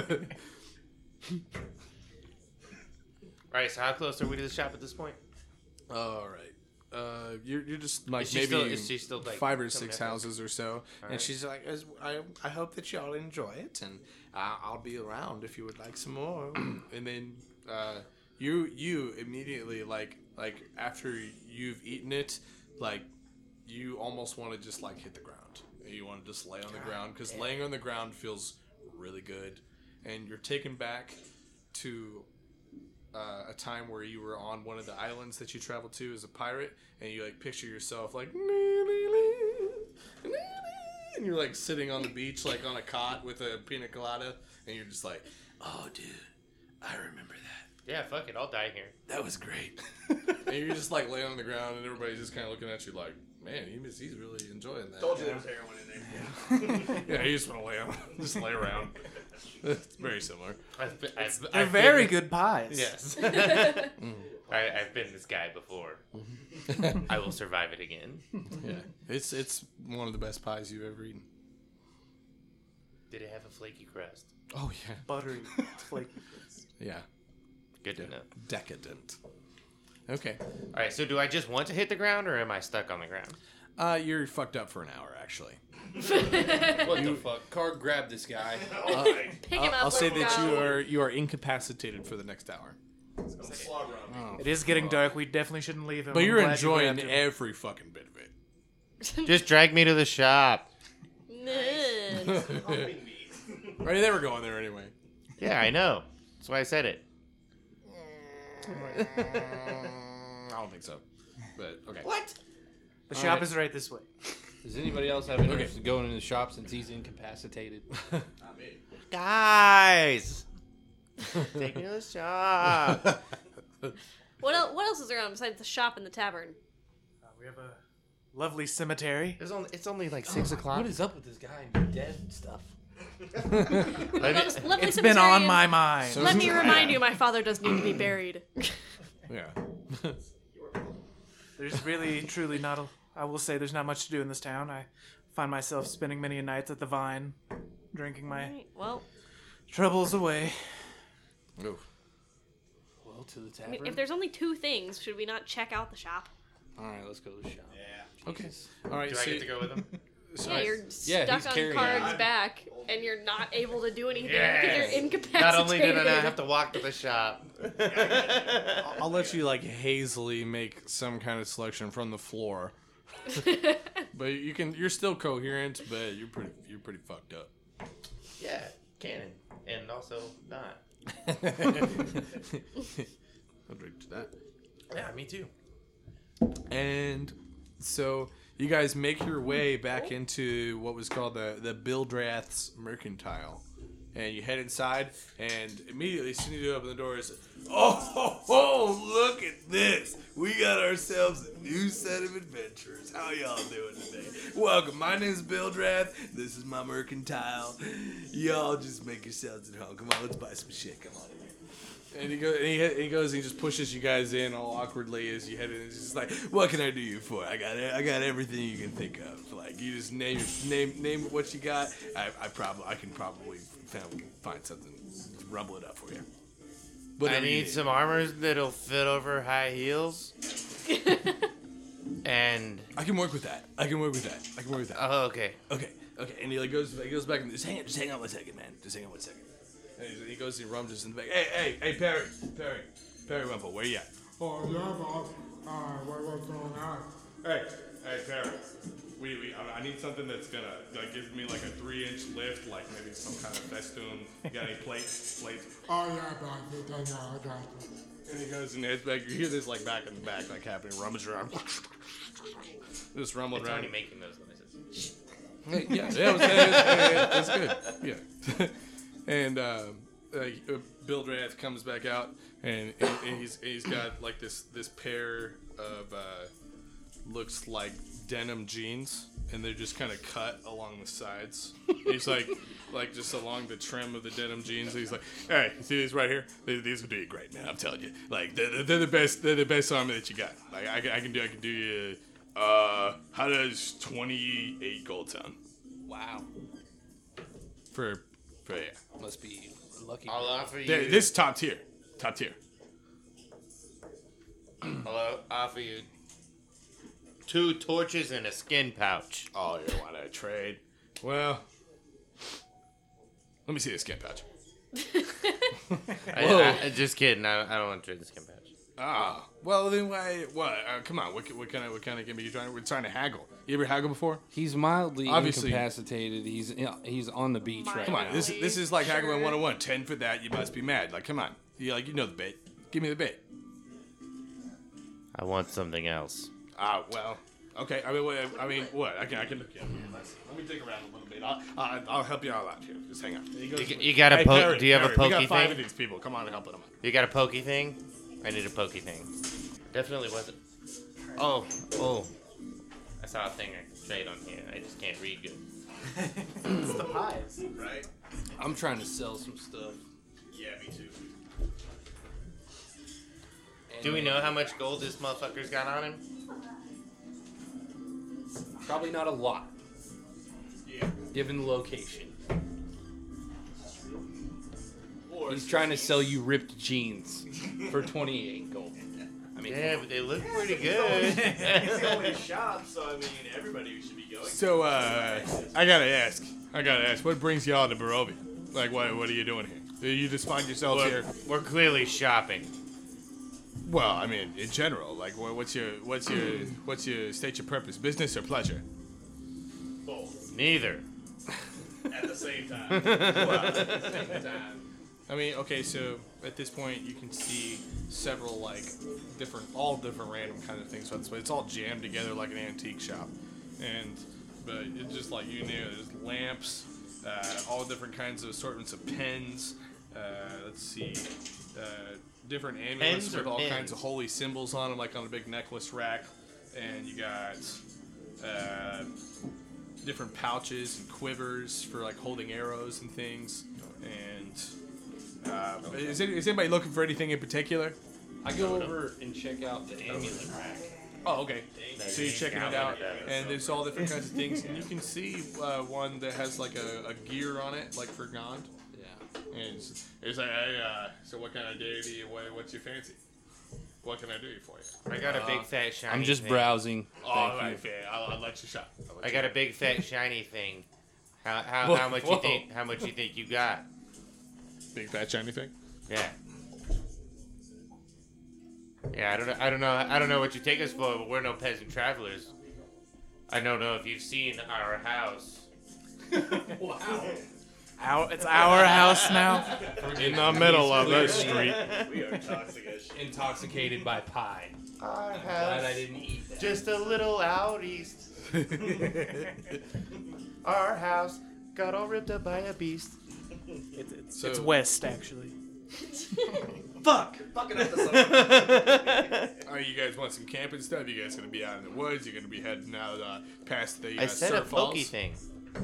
S7: right, so how close are we to the shop at this point?
S12: All right. Uh, you're, you're just like
S7: Is she
S12: maybe
S7: still- is she still, like,
S12: five or
S7: coming
S12: six
S7: up with-
S12: houses or so,
S3: and she's like, "As- I, I hope that y'all enjoy it, and uh, I'll be around if you would like some more.
S12: and then uh, you you immediately like like after you've eaten it, like you almost want to just like hit the ground. You want to just lay on the ground because laying on the ground feels really good, and you're taken back to uh, a time where you were on one of the islands that you traveled to as a pirate, and you like picture yourself like. And you're like sitting on the beach, like on a cot with a pina colada, and you're just like, "Oh, dude, I remember that.
S7: Yeah, fuck it, I'll die here.
S12: That was great." and you're just like laying on the ground, and everybody's just kind of looking at you like, "Man, he was, he's really enjoying that."
S9: Told you there was heroin in there.
S12: yeah, you just want to lay on, just lay around. it's very similar.
S7: I've been, I've,
S8: They're
S7: I've
S8: very
S7: been-
S8: good pies.
S7: Yes. I, I've been this guy before. I will survive it again.
S12: Yeah, it's it's one of the best pies you've ever eaten.
S7: Did it have a flaky crust?
S12: Oh yeah,
S8: buttery flake.
S12: Yeah,
S7: Good to know.
S12: decadent. Okay.
S7: All right, so do I just want to hit the ground, or am I stuck on the ground?
S12: Uh, you're fucked up for an hour actually.
S5: what the fuck? Car, grab this guy.
S4: Pick him up,
S12: I'll, I'll
S4: let
S12: say
S4: him
S12: that you
S4: go.
S12: are you are incapacitated for the next hour. Oh.
S8: It is getting dark. We definitely shouldn't leave him.
S12: But
S8: I'm
S12: you're
S8: glad you
S12: enjoying
S8: grabbed him.
S12: every fucking bit of it.
S7: Just drag me to the shop.
S12: Right, they were going there anyway.
S7: Yeah, I know. That's why I said it.
S12: I don't think so. But okay.
S3: What?
S8: The
S5: All
S8: shop
S5: right.
S8: is right this way.
S5: Does anybody else have interest in going into the shop since he's incapacitated?
S7: Guys! Take me to the shop.
S4: What, el- what else is around besides the shop and the tavern?
S8: Uh, We have a lovely cemetery.
S7: It's only, it's only like six o'clock.
S5: What is up with this guy and dead stuff?
S4: Lovely, lovely
S8: It's been on
S4: cemetery.
S8: my mind.
S4: Let me remind you, my father does need to be buried.
S12: Yeah.
S8: There's really, truly not a. I will say there's not much to do in this town. I find myself spending many nights at the vine, drinking my
S4: Right, well,
S8: troubles away.
S5: Well, to the
S4: I
S5: tavern.
S4: mean, if there's only two things, should we not check out the shop?
S5: All right, let's go to the shop.
S12: Yeah. Okay. All right.
S7: Do
S12: so
S7: I get to go with him?
S12: so
S4: yeah,
S12: I-
S4: you're
S5: yeah, he's
S4: stuck on
S5: carrying
S4: Karg's
S5: it.
S4: back, and you're not able to do anything because
S7: Yes.
S4: you're incapacitated.
S7: Not only did I not have to walk to the shop.
S12: I'll let you like hazily make some kind of selection from the floor. but you can you're still coherent, but you're pretty you're pretty fucked up.
S7: Yeah, cannon. And also not.
S12: I'll drink to that.
S7: Yeah, me too.
S12: And so you guys make your way back into what was called the the Bildrath's Mercantile, and you head inside. And immediately, as soon as you open the doors, oh, ho, ho, look at this! We got ourselves a new set of adventurers. How y'all doing today? Welcome. My name's Bildrath. This is my mercantile. Y'all just make yourselves at home. Come on, let's buy some shit. Come on. And he goes, and he, he goes, and he just pushes you guys in all awkwardly as you head in. He's just like, "What can I do you for? I got, I got everything you can think of. Like, you just name, name, name what you got. I, I probably, I can probably found, find something, to rumble it up for you.
S7: I
S12: Whatever you
S7: need some armor that'll fit over high heels. and
S12: I can work with that. I can work with that. I can work with that.
S7: oh, okay.
S12: Okay, okay. And he like goes, he goes back and just hang, on, just hang on one second, man. Just hang on one second. And he, he goes and rumbles in the back. Hey, hey, hey, Perry, Perry, Perry Rumble, where you at?
S21: Oh, yeah, boss. Uh, what, what's going on?
S22: Hey, hey, Perry. We, we, I I need something that's gonna like give me like a three-inch lift, like maybe some kind of festoon. You got any plates? Plates?
S21: Oh, yeah, boss. You think I got you.
S12: And he goes and heads back. You hear this like back in the back, like happening, rummage around, just rumbling
S7: It's
S12: around.
S7: already making those noises.
S12: Hey, uh, yeah, yeah, it was- it was- it was- it was good. Yeah. and um, like uh, Bildrath comes back out, and, and, and he's and he's got like this this pair of uh, looks like denim jeans, and they're just kind of cut along the sides. he's like like just along the trim of the denim jeans. He's like, hey, see these right here? These, these would do you great, man. I'm telling you, like they're, they're- they're the best. They're the best armor that you got. Like I, can- I can do I can do you. Uh, how does twenty eight gold sound?
S5: Wow.
S12: For for yeah.
S5: Must be lucky.
S7: I'll offer
S12: Th-
S7: you.
S12: This is top tier. Top tier.
S7: I'll offer you two torches and a skin pouch.
S3: Oh, you want to trade?
S12: Well, let me see this skin pouch.
S7: I, I, I- just kidding. I, I don't want to trade the skin pouch.
S12: Ah, well then why? What? Uh, come on. What, ki- what kind of what kind of game are you trying? We're trying to haggle. You ever haggle before?
S5: He's mildly
S12: Obviously.
S5: incapacitated. He's he's on the beach right
S12: Come on.
S5: now.
S12: This this is like haggling 101. Ten for that. You must be mad. Like come on. You like you know the bait. Give me the bait.
S7: I want something else.
S12: Ah well. Okay. I mean what? I mean what? I can I can look you up here. Let's- Let me dig around a little bit. I'll, I'll, I'll help you all out here. Just hang on. You,
S7: you got a po- do you have a
S12: We got
S7: pokey
S12: five
S7: thing?
S12: of these people. Come on and help them. out.
S7: You got a pokey thing? I need a pokey thing. Definitely wasn't. Oh, oh. I saw a thing I could trade on here. I just can't read good.
S8: it's the pies.
S9: Right?
S5: I'm trying to sell some stuff.
S9: Yeah, me too.
S7: Do we know how much gold this motherfucker's got on him?
S5: Probably not a lot. Yeah. Given the location. He's trying to sell you ripped jeans for 28 gold. I mean,
S7: Yeah, but they look pretty
S9: He's going to
S7: good.
S9: shop, so I mean, everybody should be going.
S12: So uh, I gotta ask. I gotta ask. What brings y'all to Barovia? Like what? What are you doing here? You just find yourselves
S7: We're-
S12: here.
S7: We're clearly shopping.
S12: Well, I mean, in general, like, wha- what's your, what's your, what's your state your purpose, business or pleasure?
S9: Both.
S7: Neither.
S9: At the same time.
S12: I mean, okay, so at this point, you can see several like different, all different random kind of things. So it's, it's all jammed together like an antique shop, and but it's just like you know, there's lamps, uh, all different kinds of assortments of pens. Uh, let's see, uh, different amulets
S7: Pens or
S12: with all kinds
S7: pins?
S12: of holy symbols on them, like on a big necklace rack, and you got. Uh, different pouches and quivers for like holding arrows and things. And uh, is, it, is anybody looking for anything in particular?
S5: I go over and check out the amulet rack.
S12: Oh, okay. So you're checking it out, and there's all different kinds of things. And you can see uh, one that has like a, a gear on it, like for Gond. Yeah. And it's, it's like, hey, uh, so what kind of deity? What, what's your fancy? What can I do for you?
S7: I got a big fat shiny.
S5: I'm just
S7: thing.
S5: browsing.
S12: All right, fair. I'll, I'll let you shop. I'll let
S7: I
S12: you
S7: got a
S12: shop.
S7: big fat shiny thing. How, how,
S12: Whoa,
S7: how much
S12: whoa.
S7: you think? How much you think you got?
S12: big fat shiny thing.
S7: Yeah. Yeah, I don't know. I don't know. I don't know what you take us for, but we're no peasant travelers. I don't know if you've seen our house.
S8: Our, it's our house now.
S7: In the middle of
S5: He's
S7: that
S5: clearly
S9: We are toxic as shit.
S5: Intoxicated by pie.
S7: Our house.
S5: Glad I didn't eat that.
S7: Just a little out east. our house got all ripped up by a beast.
S8: It's, it's,
S12: So-
S8: it's West actually.
S7: Fuck.
S9: Fucking up the
S12: All right, you guys want some camping stuff? You guys gonna be out in the woods? You're gonna be heading out uh, past the uh,
S7: I said
S12: Sur
S7: a pokey
S12: Falls?
S7: thing.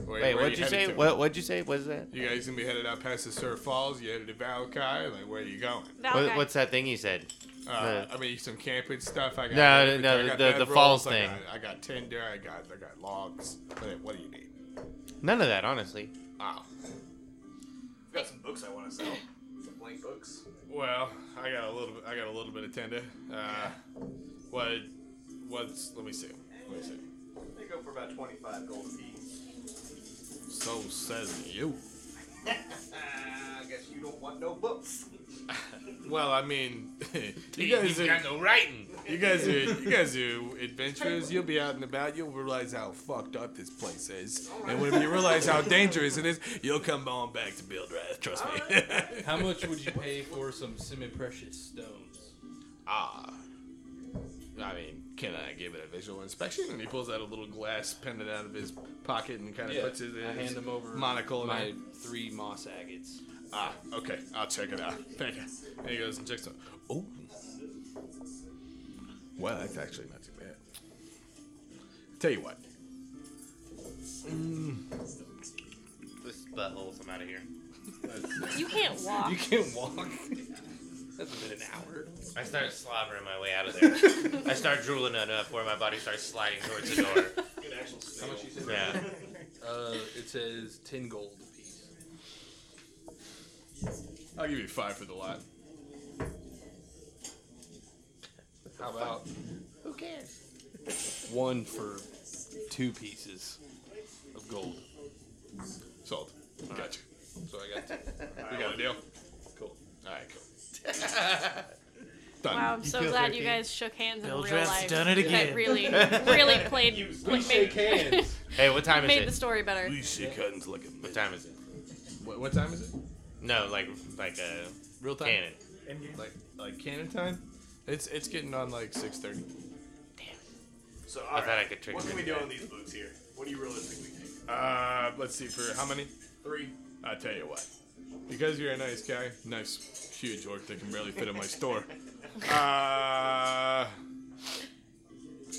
S12: Where-
S7: Wait,
S12: where
S7: what'd
S12: you
S7: you
S12: headed
S7: say?
S12: to?
S7: What, what'd you say? What's that?
S12: You guys gonna be headed out past the Sur Falls? You headed to Valakai? Like, where are you going?
S7: What, what's that thing you said?
S12: Uh, I mean, some camping stuff. I got
S7: No,
S12: I
S7: no,
S12: got
S7: the-
S12: bed
S7: the falls
S12: rolls, I
S7: thing.
S12: got, I got tinder. I got I got logs. What, what do you need?
S7: None of that, honestly.
S12: Oh,
S9: I've got some books I want to sell. Some blank books.
S12: well, I got a little. Bit, I got a little bit of tinder. Uh, what? What's? Let me see. Let me see.
S9: They go for about 25 gold apiece.
S12: So says you.
S9: Ah, I guess you don't want no books.
S12: Well, I mean, you
S9: You
S12: guys are,
S9: got no writing.
S12: You guys are you guys are adventurers. You'll be out and about. You'll realize how fucked up this place is, and when you realize how dangerous it is, you'll come on back to Bildrath. Trust me.
S5: How much would you pay for some semi-precious stones?
S12: ah, I mean, can I give it a visual inspection? And he pulls out a little glass pendant out of his pocket and kind of puts it in
S5: I
S12: his
S5: hand them over
S12: monocle.
S5: my
S12: and
S5: three moss agates.
S23: Ah, okay. I'll check it out. Thank you.
S12: And he goes and checks it. out. Oh.
S23: Well, that's actually not too bad. Tell you what.
S2: This buttholes, I'm out of here.
S4: You can't walk.
S2: You can't walk. That's been an hour. I start slobbering my way out of there. I start drooling enough where my body starts sliding towards the door.
S9: Good actual snail.
S2: Yeah.
S5: Uh, it says ten gold apiece.
S12: I'll give you five for the lot.
S5: How about
S20: Who cares?
S5: one for two pieces of gold?
S23: Sold. Gotcha.
S5: So I got. Two.
S12: We got a deal.
S5: Cool.
S23: All right, cool.
S4: Wow, I'm so
S23: feel
S4: glad
S23: therapy?
S4: you guys shook hands in
S7: Bill
S4: real
S7: Draft's
S4: life.
S7: done it again.
S4: That really, really played.
S7: You-
S4: like, made,
S2: Hey, what time is
S4: made
S2: it?
S4: the story better.
S2: hands like a. What time is it?
S12: What, what time is it?
S2: No, like like a
S12: Real time.
S2: Cannon.
S12: Like like cannon time. It's it's getting on like six thirty.
S9: So,
S12: I
S9: all
S12: thought
S9: right,
S12: I could trick
S9: What
S12: you
S9: can we
S12: into
S9: do
S12: that.
S9: on these books here? What do you realistically think?
S12: Uh, let's see for how many?
S9: Three.
S12: I tell you what. Because you're a nice guy, nice huge orc that can barely fit in my store. Uh,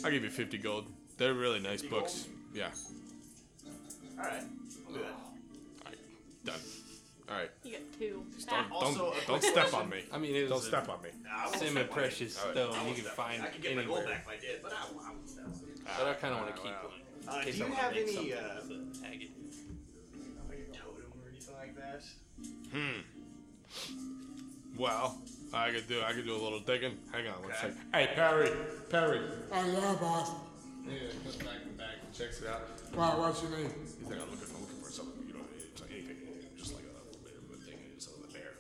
S12: I'll give you fifty gold. They're really nice books. Yeah,
S9: All right, I'll do that.
S12: done. All right.
S4: You got two.
S12: Don't,
S4: Ah.
S12: don't, don't step on me.
S5: I mean, it
S12: don't
S5: was a
S12: step on me.
S9: Nah, I won't step on it.
S5: semi-precious
S9: I won't- I
S5: stone you
S9: won't
S5: can
S9: step on it.
S5: find
S9: I can get my
S5: anywhere.
S9: gold back if I did, but I, I won't step on it.
S5: But I kind of want to keep
S9: well.
S5: one.
S9: Uh,
S5: in
S9: do
S5: case I
S9: you
S5: wanna
S9: have
S5: make
S9: any
S5: something
S9: uh,
S5: with it. Tag it.
S9: like a totem or anything like that?
S12: Hmm. Well, I could do I could do a little digging. Hang on one
S23: Okay.
S12: second. Hey, Perry, Perry.
S24: Oh, yeah, boss.
S12: Yeah, comes back and back and checks it out.
S24: Why, what's your name?
S23: He's like, I'm looking, I'm looking for something. You know, it's like anything. Just like a little bit of a thing and something with a bear.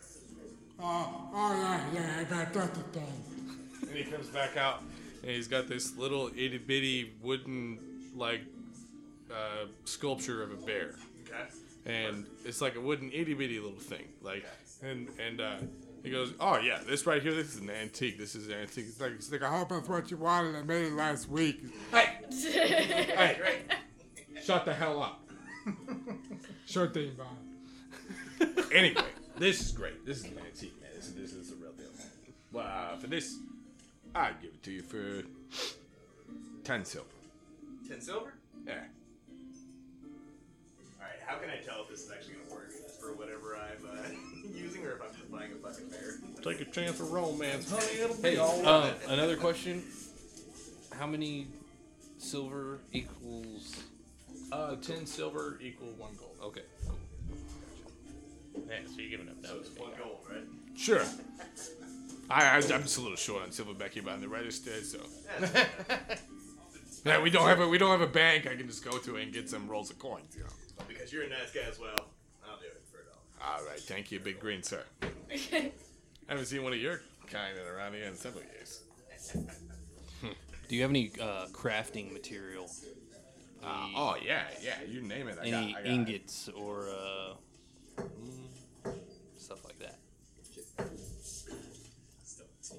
S24: Oh, oh, yeah, yeah, I got that thing.
S12: and he comes back out and he's got this little itty bitty wooden like uh, sculpture of a bear.
S23: Okay.
S12: And it's like a wooden itty bitty little thing. Like and and uh, he goes, Oh yeah, this right here, this is an antique. This is an antique. It's like it's like
S24: I
S12: a
S24: hope that's what you wanted and made last week.
S12: Hey, shut the hell up.
S24: Sure thing, boss.
S12: anyway, this is great. This is an antique, man. This, this is a real deal. Well, uh, for this, I'd give it to you for ten silver.
S9: Ten silver?
S12: Yeah.
S9: All right, how can I tell if this is actually gonna work for whatever I'm uh, using, or if I'm just buying a fucking bear?
S12: Take a chance of romance, honey. It'll be
S5: Hey,
S12: all
S5: um,
S12: right.
S5: another question. How many silver equals?
S12: Uh, ten silver equal one gold.
S5: Okay, cool.
S2: Yeah, so you're giving up that.
S9: One gold, right?
S12: Sure. I, I, I'm just a little short on silver back here behind the register, so. Yeah, we don't have a we don't have a bank I can just go to and get some rolls of coins, you know.
S9: Because you're a nice guy as well. I'll do it for a dollar.
S12: All right, thank you, Big Green Sir. I haven't seen one of your kind in around here in several years.
S5: Do you have any uh, crafting material?
S12: Uh, oh yeah, yeah, you name it. I got,
S5: Any
S12: I got it.
S5: ingots or uh, mm, stuff like that?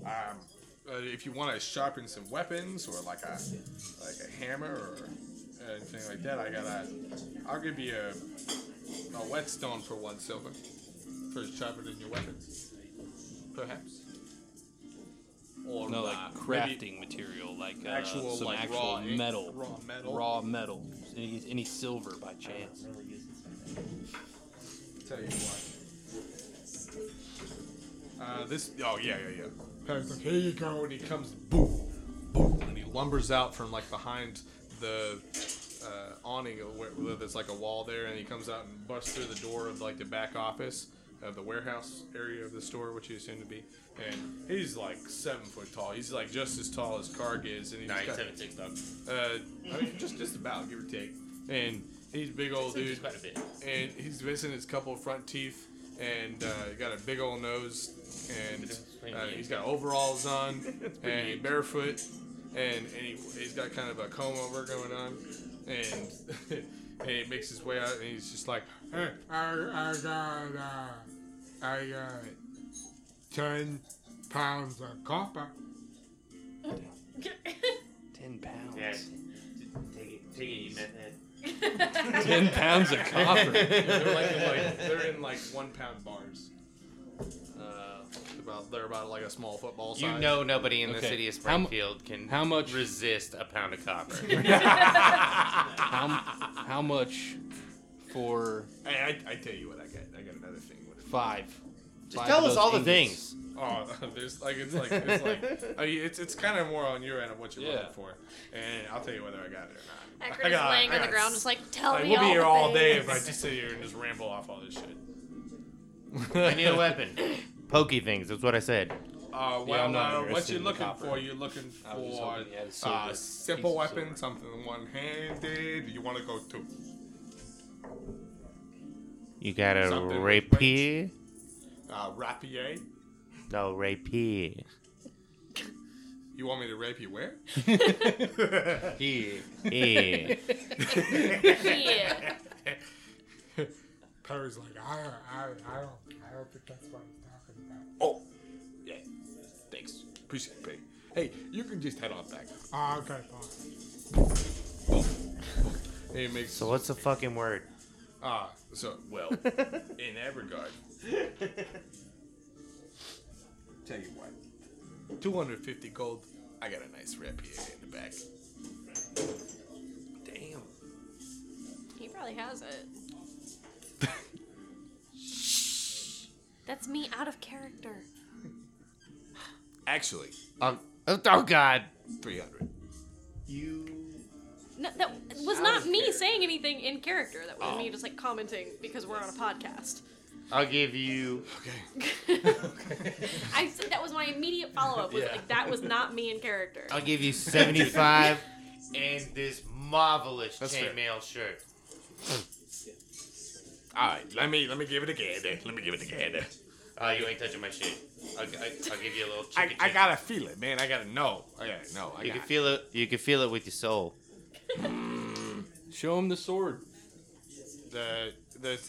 S12: Um, uh, if you want to sharpen some weapons or like a like a hammer or anything like that, I got a. I'll give you a, a whetstone for one silver for sharpening your weapons, perhaps. Or
S5: no, like
S12: uh,
S5: crafting
S12: maybe-
S5: material, like uh,
S12: actual,
S5: some
S12: like,
S5: actual
S12: raw ink-
S5: metal,
S12: raw metal?
S5: raw metal. Any, any silver by chance?
S12: Tell you what. Uh, this. Oh yeah, yeah, yeah. Perfect. Here you go. And he comes, boom, boom, and he lumbers out from like behind the uh, awning of where, where there's like a wall there, and he comes out and busts through the door of like the back office of the warehouse area of the store, which he assumed to be. And he's like seven foot tall. He's like just as tall as Karg is, and he's
S2: Nine,
S12: got-
S2: seven, six, dog.
S12: Uh, I mean, just just about give or take. And he's a big
S2: Six
S12: old dude.
S2: inches, quite a bit.
S12: And he's missing his couple of front teeth, and uh, he got a big old nose, and uh, he's got overalls on, and he's barefoot, and, and he, he's got kind of a comb over going on, and, and he makes his way out, and he's just like,
S24: Hey, I, I got, uh, I got 10 pounds of copper.
S5: Ten pounds.
S2: Yeah. Take it, take it, you meth head.
S5: Ten pounds of copper.
S12: they're, like, in, like, they're in like one pound bars. Uh, about they're about like a small football size.
S2: You know nobody in the
S12: Okay.
S2: city of
S12: How mu-
S2: Springfield can
S5: how much
S2: resist a pound of copper.
S5: how, how much for
S12: Hey, I, I tell you what, I got I got another thing. What if-
S5: five?
S12: Just
S5: Five
S12: tell
S5: of
S12: us
S5: those
S12: all the
S5: ingots.
S12: things. Oh, there's like it's like it's like I mean, it's it's kind of more on your end of what you're looking for, and I'll tell you whether I got it or not.
S4: Akron is
S12: I got,
S4: laying
S12: I
S4: on the
S12: got
S4: ground
S12: s-
S4: just like, "Tell me
S12: We'll
S4: all
S12: be here
S4: the
S12: all day if I
S4: things."
S12: just sit here and just ramble off all this shit. Uh,
S2: I need a weapon. Pokey things. That's what I said.
S12: Uh,
S2: Yeah,
S12: well,
S2: I'm not
S12: uh, what
S2: interested
S12: you're
S2: in the
S12: looking
S2: copper.
S12: for, you're looking
S2: I was just
S12: for
S2: hoping you had a silver
S12: uh,
S2: piece
S12: simple
S2: of
S12: weapon, something one-handed. You want to go to?
S7: You got a
S12: Something with
S7: rapier?
S12: Uh, rapier.
S7: No, rapier.
S12: You want me to rape you where?
S2: Yeah.
S7: Yeah.
S24: Yeah.
S12: Perry's like,
S24: I don't, I, I don't, I don't think that's what he's talking about.
S12: oh, yeah. Thanks. Appreciate it, Perry. Hey, you can just head on back.
S24: Ah, okay, fine.
S12: Hey, it makes
S7: So what's the fucking word?
S12: Ah, so well, in that regard, tell you what, two hundred fifty gold. I got a nice rep here in the back. Damn.
S4: He probably has it. That's me out of character.
S12: Actually,
S7: Um, oh, oh, God.
S12: three hundred.
S4: No, that was not me saying anything in character. That was
S12: Oh.
S4: me just like commenting because we're on a podcast.
S7: I'll give you.
S4: I said that was my immediate follow up. Was
S7: Yeah.
S4: like that was not me in
S12: Oh,
S4: character.
S7: I'll give you seventy-five and this marvelous
S12: That's fair.
S7: chainmail shirt.
S12: All right, let me let me give it a gander. Let me give it a gander.
S2: Uh, you ain't touching my shit. I'll, I, I'll give you a little.
S12: I,
S2: cheeky
S12: I
S2: chin.
S12: gotta feel it, man. I gotta know. I gotta know. I
S2: You
S12: gotta
S2: can feel it. You can feel it with your soul.
S5: Show him the sword.
S12: the the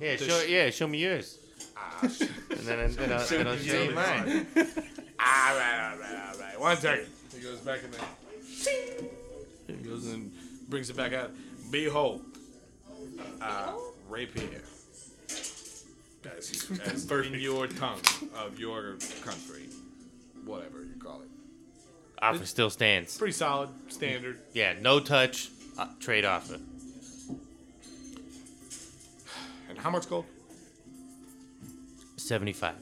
S2: Yeah,
S12: the
S2: show
S12: sh-
S2: yeah, show me yours.
S12: Ah, sh-
S2: And then and, then I'll,
S12: Show
S2: and I'll
S12: me
S2: show you
S12: yours.
S2: mine.
S12: all right, all right, all right. One second. He goes back in there. He goes and brings it back out. Behold, uh, rapier. As, as in your tongue of your country, whatever you call it.
S2: Offer still stands.
S12: Pretty solid, standard.
S2: Yeah, no touch. Uh, trade offer.
S12: And how much gold?
S2: Seventy-five.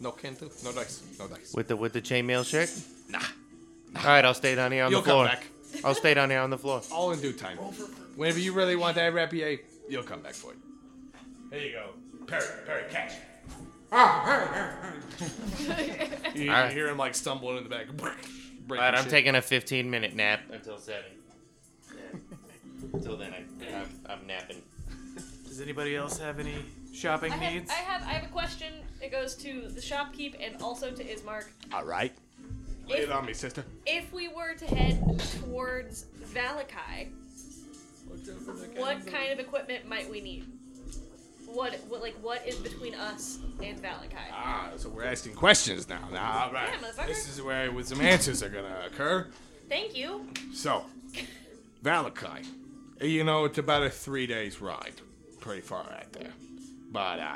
S12: No can do. No dice. No dice.
S2: With the with the chainmail shirt.
S12: Nah.
S2: All right, I'll stay down here on
S12: You'll
S2: the floor.
S12: come back.
S2: I'll stay down here on the floor.
S12: All in due time. Whenever you really want that rapier, you'll come back for it. There you go. Perry, Perry, catch. You
S2: All right.
S12: hear him like stumbling in the back.
S2: All
S12: Breaking
S2: right, I'm
S12: shit.
S2: taking a 15 minute nap until seven. Until then, I, I'm, I'm napping.
S8: Does anybody else have any shopping
S4: I have,
S8: needs?
S4: I have I have a question. It goes to the shopkeep and also to Ismark.
S12: All right. Lay it on me, sister.
S4: If we were to head towards Valakai, what kind of equipment might we need? What, what like what is between us and Valakai?
S12: Ah, so we're asking questions now. Now, all right.
S4: Yeah, motherfucker.
S12: this is where with some answers are gonna occur.
S4: Thank you.
S12: So, Valakai, you know it's about a three days ride, pretty far out there, but uh,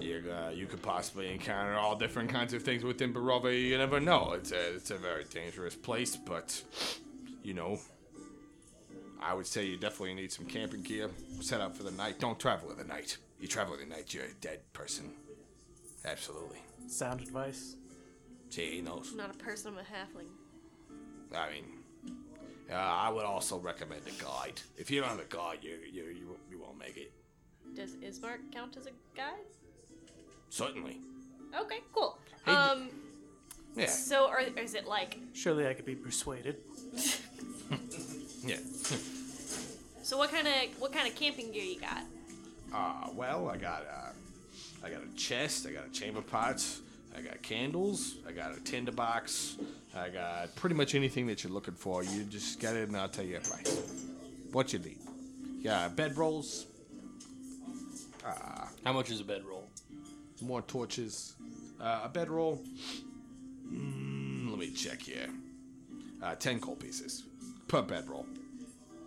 S12: you uh, you could possibly encounter all different kinds of things within Barova. You never know. It's a it's a very dangerous place, but you know, I would say you definitely need some camping gear, set up for the night. Don't travel in the night. You travel in the night, you're a dead person. Absolutely.
S8: Sound advice.
S12: See, he knows.
S4: I'm not a person. I'm a halfling.
S12: I mean, uh, I would also recommend a guide. If you don't have a guide, you you you, won't- you won't make it.
S4: Does Ismark count as a guide?
S12: Certainly.
S4: Okay, cool. Um,
S12: Yeah.
S4: So, are, is it like?
S8: Surely I could be persuaded.
S12: Yeah.
S4: So, what kind of what kind of camping gear you got?
S12: Uh, well, I got uh, I got a chest. I got a chamber pots. I got candles. I got a tinder box. I got pretty much anything that you're looking for. You just get it, and I'll tell you a price. What you need? Yeah, bed rolls. Uh,
S5: How much is a bedroll?
S12: more Hmm, torches, uh, a bedroll. Mm, let me check here. Uh, 10 gold pieces per bedroll.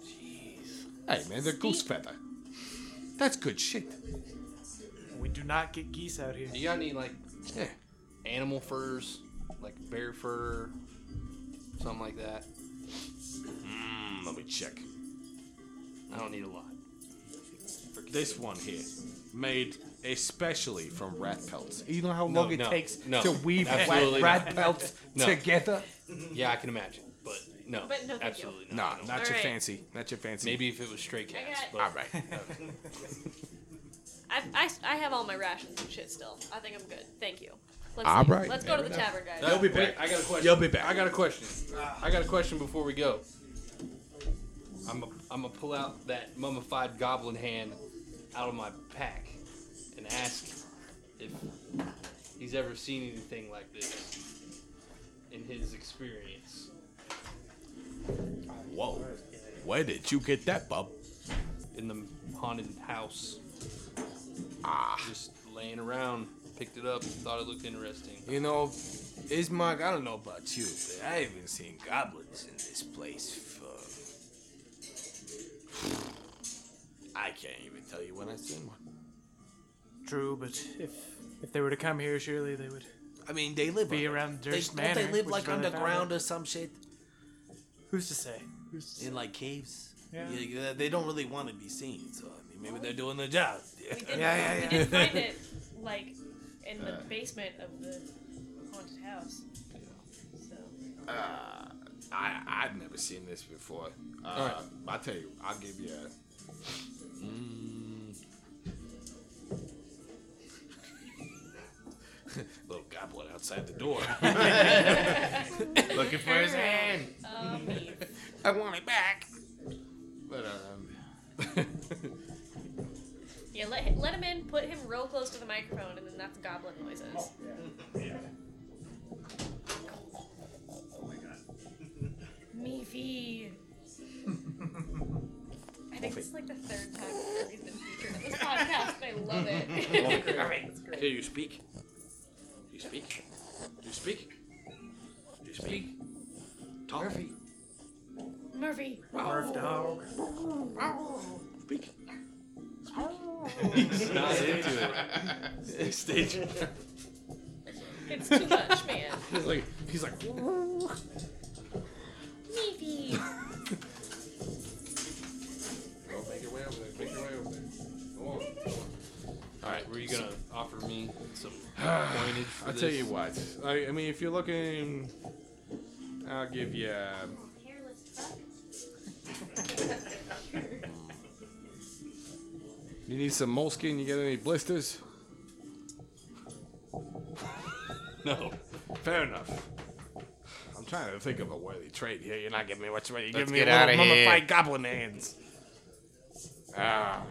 S12: Jeez. Hey, man, they're goose feather. That's good shit.
S8: We do not get geese out here.
S5: Do you got any like animal furs, like bear fur, something like that?
S12: Mm, let me check.
S5: I don't need a lot.
S12: This one here, made especially from rat pelts. You know how
S5: No,
S12: long it
S5: no,
S12: takes
S5: no,
S12: to weave
S5: absolutely
S12: rat, rat
S5: not.
S12: pelts
S5: No.
S12: together?
S5: Yeah, I can imagine, but no,
S4: But no, thank you.
S5: absolutely
S12: Nah,
S5: not.
S12: not your fancy. Not your fancy.
S5: Maybe if it was stray
S4: I
S5: cats.
S4: got-
S5: But,
S4: All
S5: right.
S4: I, I, I have all my rations and shit still. I think I'm good. Thank you. Let's
S12: All
S4: leave.
S12: right.
S4: Let's go to
S12: Fair
S4: the
S12: enough.
S4: tavern, guys.
S12: You'll be back.
S5: I got a question.
S12: You'll be back.
S5: I got a question. I got a question before we go. I'm a, I'm gonna pull out that mummified goblin hand out of my pack and ask if he's ever seen anything like this in his experience.
S12: Whoa. Where did you get that, bub?
S5: In the haunted house.
S12: Ah.
S5: Just laying around, picked it up, thought it looked interesting.
S1: You know, Ismark, I don't know about you, but I haven't seen goblins in this place for. I can't even tell you when I've seen one.
S8: True, but if if they were to come here, surely they would.
S1: I mean, they live
S8: be
S1: under-
S8: around
S1: they-
S8: Durst
S1: don't
S8: Manor.
S1: they live
S8: which is
S1: like
S8: where they found
S1: underground
S8: it.
S1: or some shit?
S8: Who's to say? Who's
S1: In like caves.
S8: Yeah.
S1: Yeah, They don't really want to be seen, so I mean, maybe they're doing their job.
S4: We did, We did find it, like, in the
S1: Uh.
S4: basement of the haunted house. So.
S25: Uh, I I've never seen this before. Uh,
S12: All right.
S25: I tell you, I'll give you. A, mm,
S1: Little goblin outside the door.
S25: Looking for his hand.
S1: I want it back.
S25: But um,
S4: Yeah, let, let him in, put him real close to the microphone, and then that's goblin noises. Meefy. I think this is like the third time he's been featured on this podcast, and I love it.
S5: Here you speak. You speak. You speak. You speak. Talk. Murphy.
S4: Murphy.
S5: Murph dog.
S4: Speak.
S5: He's not into it.
S25: Stage.
S4: It's too much, man.
S25: he's like he's like.
S4: Meefy.
S25: Go make your way over there. Make your way over there. Go on.
S5: All right, were you gonna offer me some pointage for
S12: I'll
S5: this?
S12: tell you what. I, I mean, if you're looking, I'll give you. uh, You need some moleskin? You got any blisters?
S5: no.
S25: Fair enough. I'm trying to think of a worthy trade here. You're not giving me what's right. You're
S12: Let's
S25: giving me a
S12: get outta
S25: little mummified
S12: here.
S25: goblin hands. Ah.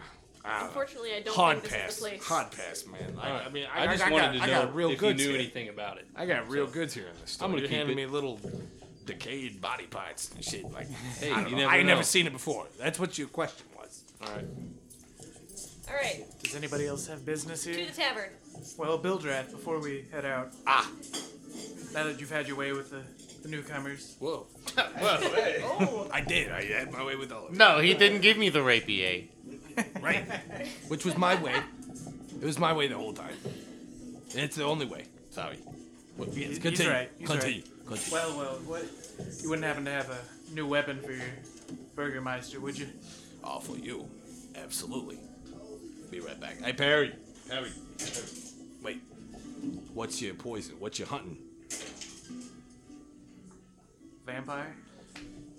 S25: ah.
S4: Unfortunately, I don't
S25: Hard
S4: think this
S25: pass.
S4: is the place.
S25: Hard pass, man. Like,
S5: All right.
S25: I mean,
S5: I
S25: I,
S5: just
S25: I got-
S5: wanted to
S25: I got
S5: know
S25: real
S5: if you
S25: goods
S5: knew
S25: here.
S5: anything about it.
S25: I got real
S5: So,
S25: goods here in this store.
S5: I'm gonna
S25: You're
S5: keep
S25: handing
S5: it.
S25: me little decayed body parts and shit. Like,
S5: Hey,
S25: I, don't
S5: you
S25: know.
S5: never
S25: I ain't
S5: know.
S25: never seen it before. That's what your question was.
S5: All right.
S4: All right,
S8: Does anybody else have business
S4: to
S8: here?
S4: the tavern.
S8: Well, Bildrath, before we head out.
S25: Ah.
S8: Now that you've had your way with the, the newcomers.
S5: Whoa.
S25: Whoa, hey. I did. I had my way with all of it.
S7: No, he didn't give me
S2: E
S7: the rapier.
S25: Right. Which was my way. It was my way the whole time. And it's the only way. Sorry. Well, yes,
S8: He's
S25: continue.
S8: right. He's
S25: continue.
S8: right.
S25: Continue.
S8: Well, well, what? You wouldn't happen to have a new weapon for your Burgermeister, would you?
S1: Oh, for you. Absolutely. Be right back.
S12: Hey, Perry.
S25: Harry.
S1: Wait.
S12: What's your poison? What you hunting?
S8: Vampire?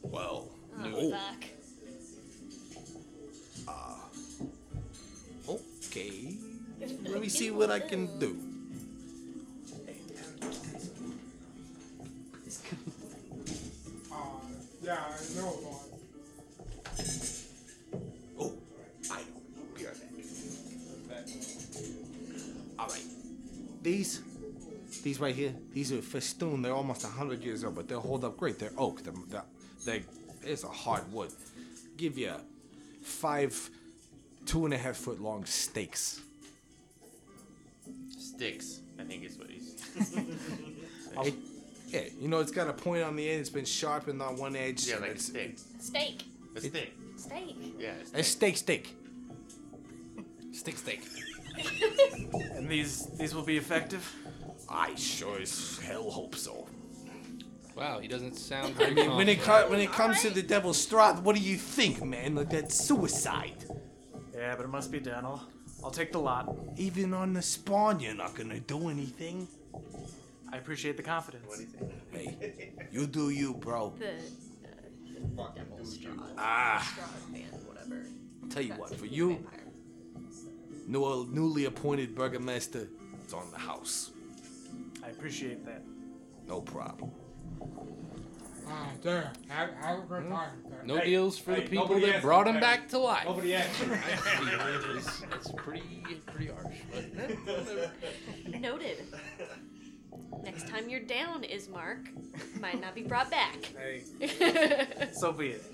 S1: Well,
S4: Oh, fuck.
S1: okay. Let me see what I can do.
S26: Yeah, I know, boss.
S1: Oh, I don't hear that. All right. These, these right here, these are festoon. They're almost hundred years old, but they'll hold up great. They're oak. They're, they it's a hard wood. Give you five, two and a half foot long stakes.
S7: Sticks, I think is what he's.
S1: It, Yeah, you know, it's got a point on the end. It's been sharpened on one edge. Yeah, like it's, steak.
S4: Steak.
S1: A steak.
S4: Steak.
S7: Yeah.
S1: A steak, steak.
S5: Stick, stick.
S8: And these these will be effective.
S5: I sure as hell hope so. Wow, he doesn't sound
S1: I
S5: very
S1: mean, when it co-
S5: confident.
S1: when it comes to the devil's straw, what do you think, man? Like that's suicide.
S8: Yeah, but it must be done. I'll, I'll take the lot.
S1: Even on the spawn, you're not gonna do anything.
S8: I appreciate the confidence. What do you think?
S1: Hey, you do you, bro.
S4: The uh, devil's straw.
S1: Ah.
S4: Straw band, whatever.
S1: Tell you what, for you, new, newly appointed burgomaster, it's on the house.
S8: I appreciate that.
S1: No problem.
S27: Ah, there. Have, have a good time. sir.
S5: No deals for the people that brought him back to life. That's, that's pretty, pretty harsh. But
S4: Noted. Next time you're down, Ismark, might not be brought back.
S8: so be it.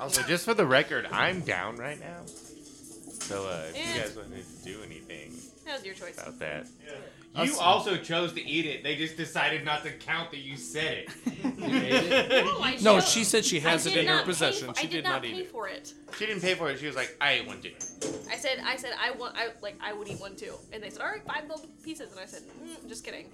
S7: Also, just for the record, I'm down right now. So uh, if
S4: Eh.
S7: you guys wanted to do anything
S4: That was your choice.
S7: about that,
S4: Yeah.
S7: you
S4: Us-
S7: also chose to eat it. They just decided not to count that you said it.
S4: No, Oh, I
S7: No,
S4: showed-
S7: she said she has
S4: I
S7: it
S4: did
S7: in her
S4: not pay
S7: possession.
S4: for-
S7: She
S4: I did,
S7: did
S4: not,
S7: not eat
S4: pay
S7: it.
S4: for it.
S7: she didn't pay for it. She was like, I ate one too.
S4: I said, I said, I want, I like, I would eat one too. And they said, all right, five little pieces. And I said, mm, just kidding.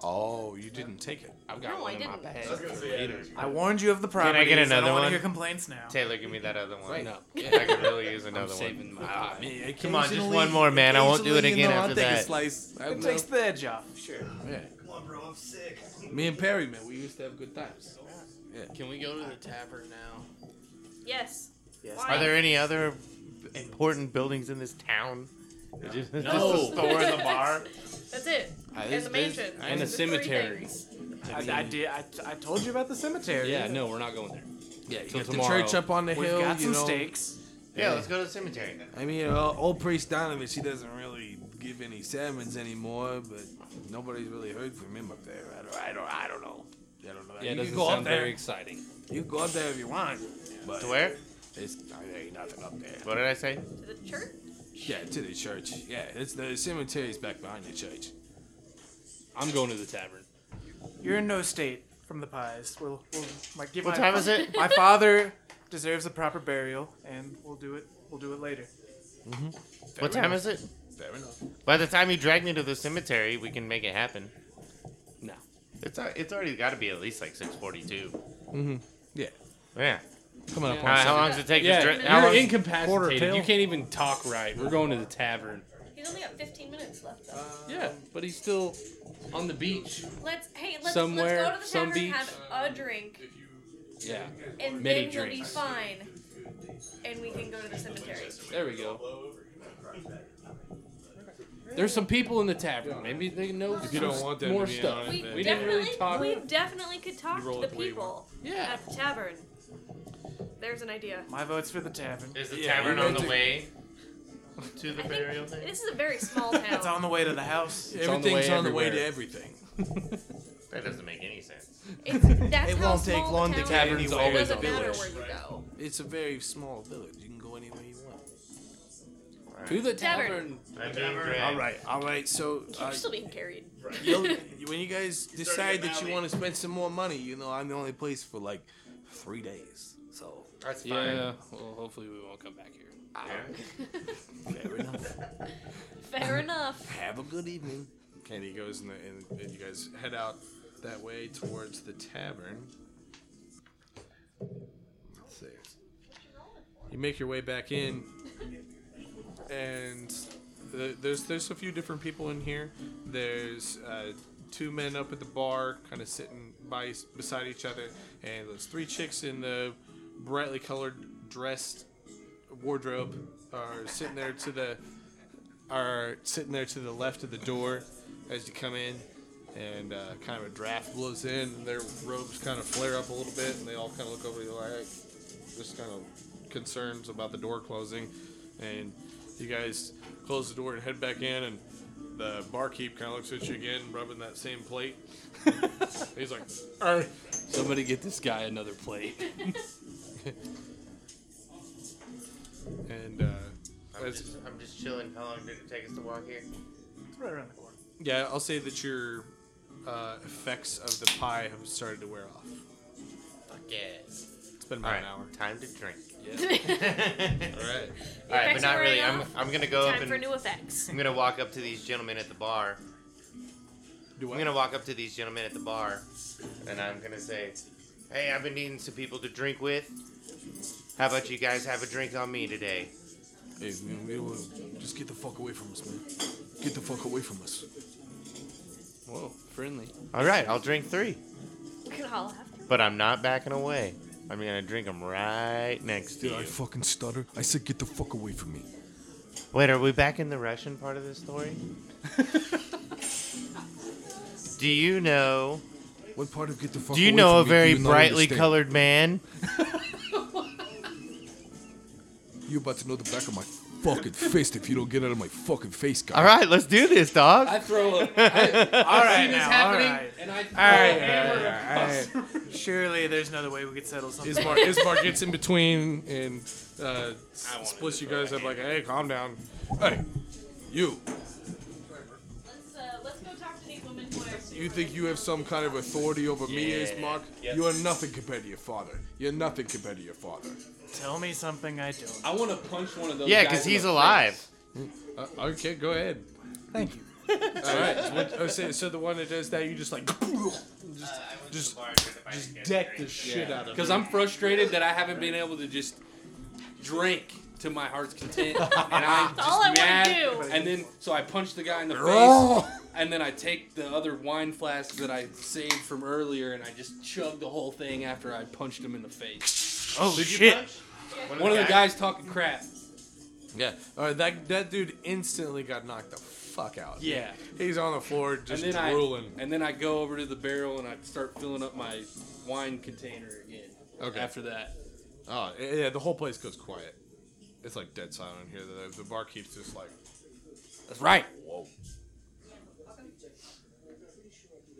S12: Oh, you didn't take it.
S7: I've
S4: got No, one I in my didn't. bag I was gonna say, I
S7: Later.
S8: I warned you of the
S7: Can
S8: properties.
S7: I get
S8: I
S7: another
S8: don't wanna
S7: one?
S8: hear complaints now.
S7: Taylor, give me that other one.
S8: Right.
S7: No.
S8: No.
S7: I could really use
S8: I'm
S7: another
S8: saving
S7: one.
S8: my
S7: Ah,
S8: pot.
S7: man, Come on, just one more, man. I won't do it again after that.
S8: It takes the edge off.
S28: Sure.
S5: Yeah.
S28: Come on, bro. I'm sick.
S1: Me and Perry, man, we used to have good times. Yeah.
S5: Can we go to the tavern now?
S4: Yes. Why?
S7: Are there any other important buildings in this town? No. Just, just the store and the bar.
S4: That's it.
S7: Ah,
S4: and
S7: this-
S4: the
S7: this-
S4: mansion.
S7: and the
S4: Those are three
S7: cemetery.
S4: things.
S8: I, I did. I, I told you about the cemetery.
S5: Yeah, no, we're not going there.
S1: Yeah, you
S5: Till
S1: got the
S5: tomorrow.
S1: church up on the
S8: We've
S1: hill.
S8: got
S1: you
S8: some
S1: know.
S8: stakes.
S7: Yeah, let's go to the cemetery then.
S1: I mean, uh, old priest Donovich, he doesn't really give any sermons anymore, but nobody's really heard from him up there. I don't, I don't, I don't know. I don't know.
S5: Yeah, it
S1: You
S5: doesn't
S1: go up
S5: sound
S1: there.
S5: very exciting.
S1: You can go up there if you want. But
S7: To where?
S1: It's, I- there ain't nothing up there.
S7: What did I say?
S4: To the church?
S1: Yeah, to the church. Yeah, it's the cemetery's back behind the church.
S5: I'm going to the tavern.
S8: You're in no state from the pies. We'll, we'll my, give
S7: What
S8: my-
S7: time is it?
S8: My father deserves a proper burial, and we'll do it. We'll do it later.
S7: Mm-hmm. What time is it?
S1: Fair enough.
S7: By the time you drag me to the cemetery, we can make it happen.
S5: No.
S7: It's al- it's already got to be at least like 6:42.
S1: Mm-hmm. Yeah.
S7: Yeah.
S1: Coming up
S7: Yeah.
S1: on
S7: How- how
S1: Sunday.
S7: long does it take to
S5: Yeah,
S7: dra- how
S5: you're
S7: long- Quarter
S5: incapacitated.
S7: till.
S5: You can't even talk right. We're going to the tavern.
S4: He's only got 15 minutes left. Though.
S5: Yeah, but he's still on the beach.
S4: Let's hey, let's,
S5: Somewhere,
S4: let's go to the
S5: some
S4: tavern and
S5: beach.
S4: have a drink,
S5: Yeah.
S4: and
S5: Many
S4: then he'll be
S5: drinks.
S4: fine, and we can go to the cemetery.
S5: There we go. There's some people in the tavern. Maybe they know
S29: If you don't
S5: some
S29: want them
S5: more
S29: to be in
S5: stuff.
S29: on it,
S5: we
S29: then-
S5: didn't really talk.
S4: We definitely could talk
S8: You
S4: to
S8: roll
S4: the
S8: it the way you
S4: people
S5: Yeah.
S4: at the tavern. There's an idea.
S8: My vote's for the tavern.
S7: Is the tavern on the way to the
S4: I
S7: burial
S4: think
S7: thing?
S4: this is a very small town.
S8: It's on the way to the house.
S1: It's on the Everything's way on the way to everywhere.
S7: That doesn't make any sense.
S4: It's, that's
S1: it
S4: how
S1: won't take
S4: small
S1: long
S4: the
S1: to
S4: town
S1: get
S4: is.
S1: anywhere.
S4: It doesn't matter where you go.
S1: It's a very small village. You can go anywhere you want.
S5: To the
S4: Tavern.
S5: tavern.
S7: I'm being dragged.
S1: All right, all right. So
S4: You're
S1: uh,
S4: still being carried.
S1: you'll- when you guys
S4: You're starting
S1: decide
S4: to
S1: that you
S4: rally.
S1: want to spend some more money, you know I'm the only place for like three days. So
S7: That's
S5: Yeah. Well, hopefully we won't come back here.
S1: fair enough.
S4: Fair enough.
S1: Have a good evening.
S12: And he goes in the, and, and you guys head out that way towards the tavern. Let's see. You make your way back in, and the, there's there's a few different people in here. There's uh, two men up at the bar, kind of sitting by beside each other, and there's three chicks in the brightly colored dressed wardrobe are sitting there to the are sitting there to the left of the door as you come in, and uh, kind of a draft blows in, and their robes kind of flare up a little bit, and they all kind of look over you like, just kind of concerns about the door closing, and you guys close the door and head back in, and the barkeep kind of looks at you again, rubbing that same plate. He's like, "Er,
S5: Somebody get this guy another plate.
S12: and uh,
S7: I'm
S12: as
S7: just, I'm just chilling. How long did it take us to walk here?
S8: It's right around the corner.
S12: Yeah, I'll say that you're uh, effects of the pie have started to wear off.
S7: Fuck yes.
S12: It's been about
S7: All
S12: an
S7: right,
S12: hour.
S7: Time to drink.
S12: Yeah.
S7: All right.
S4: The
S7: All right, but
S4: effects
S7: not
S4: are
S7: really.
S4: wearing
S7: I'm,
S4: off.
S7: I'm gonna go up
S4: Time
S7: and
S4: for new effects.
S7: I'm gonna walk up to these gentlemen at the bar. I'm gonna walk up to these gentlemen at the bar, and I'm gonna say, "Hey, I've been needing some people to drink with. How about you guys have a drink on me today?"
S12: Hey man, we will just get the fuck away from us, man. Get the fuck away from us.
S5: Whoa, friendly.
S7: All right, I'll drink three,
S4: We could all have.
S7: but I'm not backing away. I'm gonna drink them right next to
S12: Did I
S7: you.
S12: fucking stutter? I said get the fuck away from me.
S7: Wait, are we back in the Russian part of this story? Do you know?
S12: What part of get the fuck
S7: Do you
S12: away
S7: know
S12: from
S7: a
S12: me
S7: very
S12: do you not
S7: brightly
S12: understand?
S7: colored man?
S12: You about to know the back of my fucking fist if you don't get out of my fucking face, guy.
S7: All right, let's do this, dog.
S5: I throw up. I-
S8: All right
S5: this
S8: now,
S5: happening,
S8: all right.
S5: and I throw
S8: all
S5: a hammer
S8: right, all right. Surely there's another way we could settle something.
S12: Ismar, Ismar gets in between and uh, splits you guys up like, hey, calm down. Hey, you.
S4: Let's, uh, let's go talk to these women who are.
S12: You think you have some kind of authority over me,
S8: Yeah.
S12: Ismark?
S8: Yep.
S12: You are nothing compared to your father. You're nothing compared to your father.
S8: Tell me something I don't.
S5: I want to punch one of those.
S12: Yeah,
S5: guys
S12: 'cause
S5: in
S12: he's
S5: the
S12: alive.
S5: face.
S12: Uh, okay, go ahead.
S1: Thank you.
S12: All right. So, what- oh, so, so the one that does that, you just like, just, just, just deck the shit out of.
S5: Because
S12: him.
S5: I'm frustrated that I haven't been able to just drink to my heart's content, and I'm
S4: That's
S5: just
S4: all I wanna
S5: mad.
S4: do.
S5: And then so I punch the guy in the face, and then I take the other wine flask that I saved from earlier, and I just chug the whole thing after I punched him in the face.
S12: Oh,
S5: Did you
S12: shit.
S5: punch?
S12: One of
S5: One of
S12: the
S5: the
S12: guys?
S5: guys talking crap.
S12: Yeah. All right. That that dude instantly got knocked the fuck out.
S5: Yeah.
S12: He's on the floor just
S5: and then
S12: drooling.
S5: I, and then I go over to the barrel and I start filling up my wine container again.
S12: Okay.
S5: After that.
S12: Oh yeah, yeah, the whole place goes quiet. It's like dead silent in here. The, the barkeep's just like,
S5: "That's right."
S12: Whoa.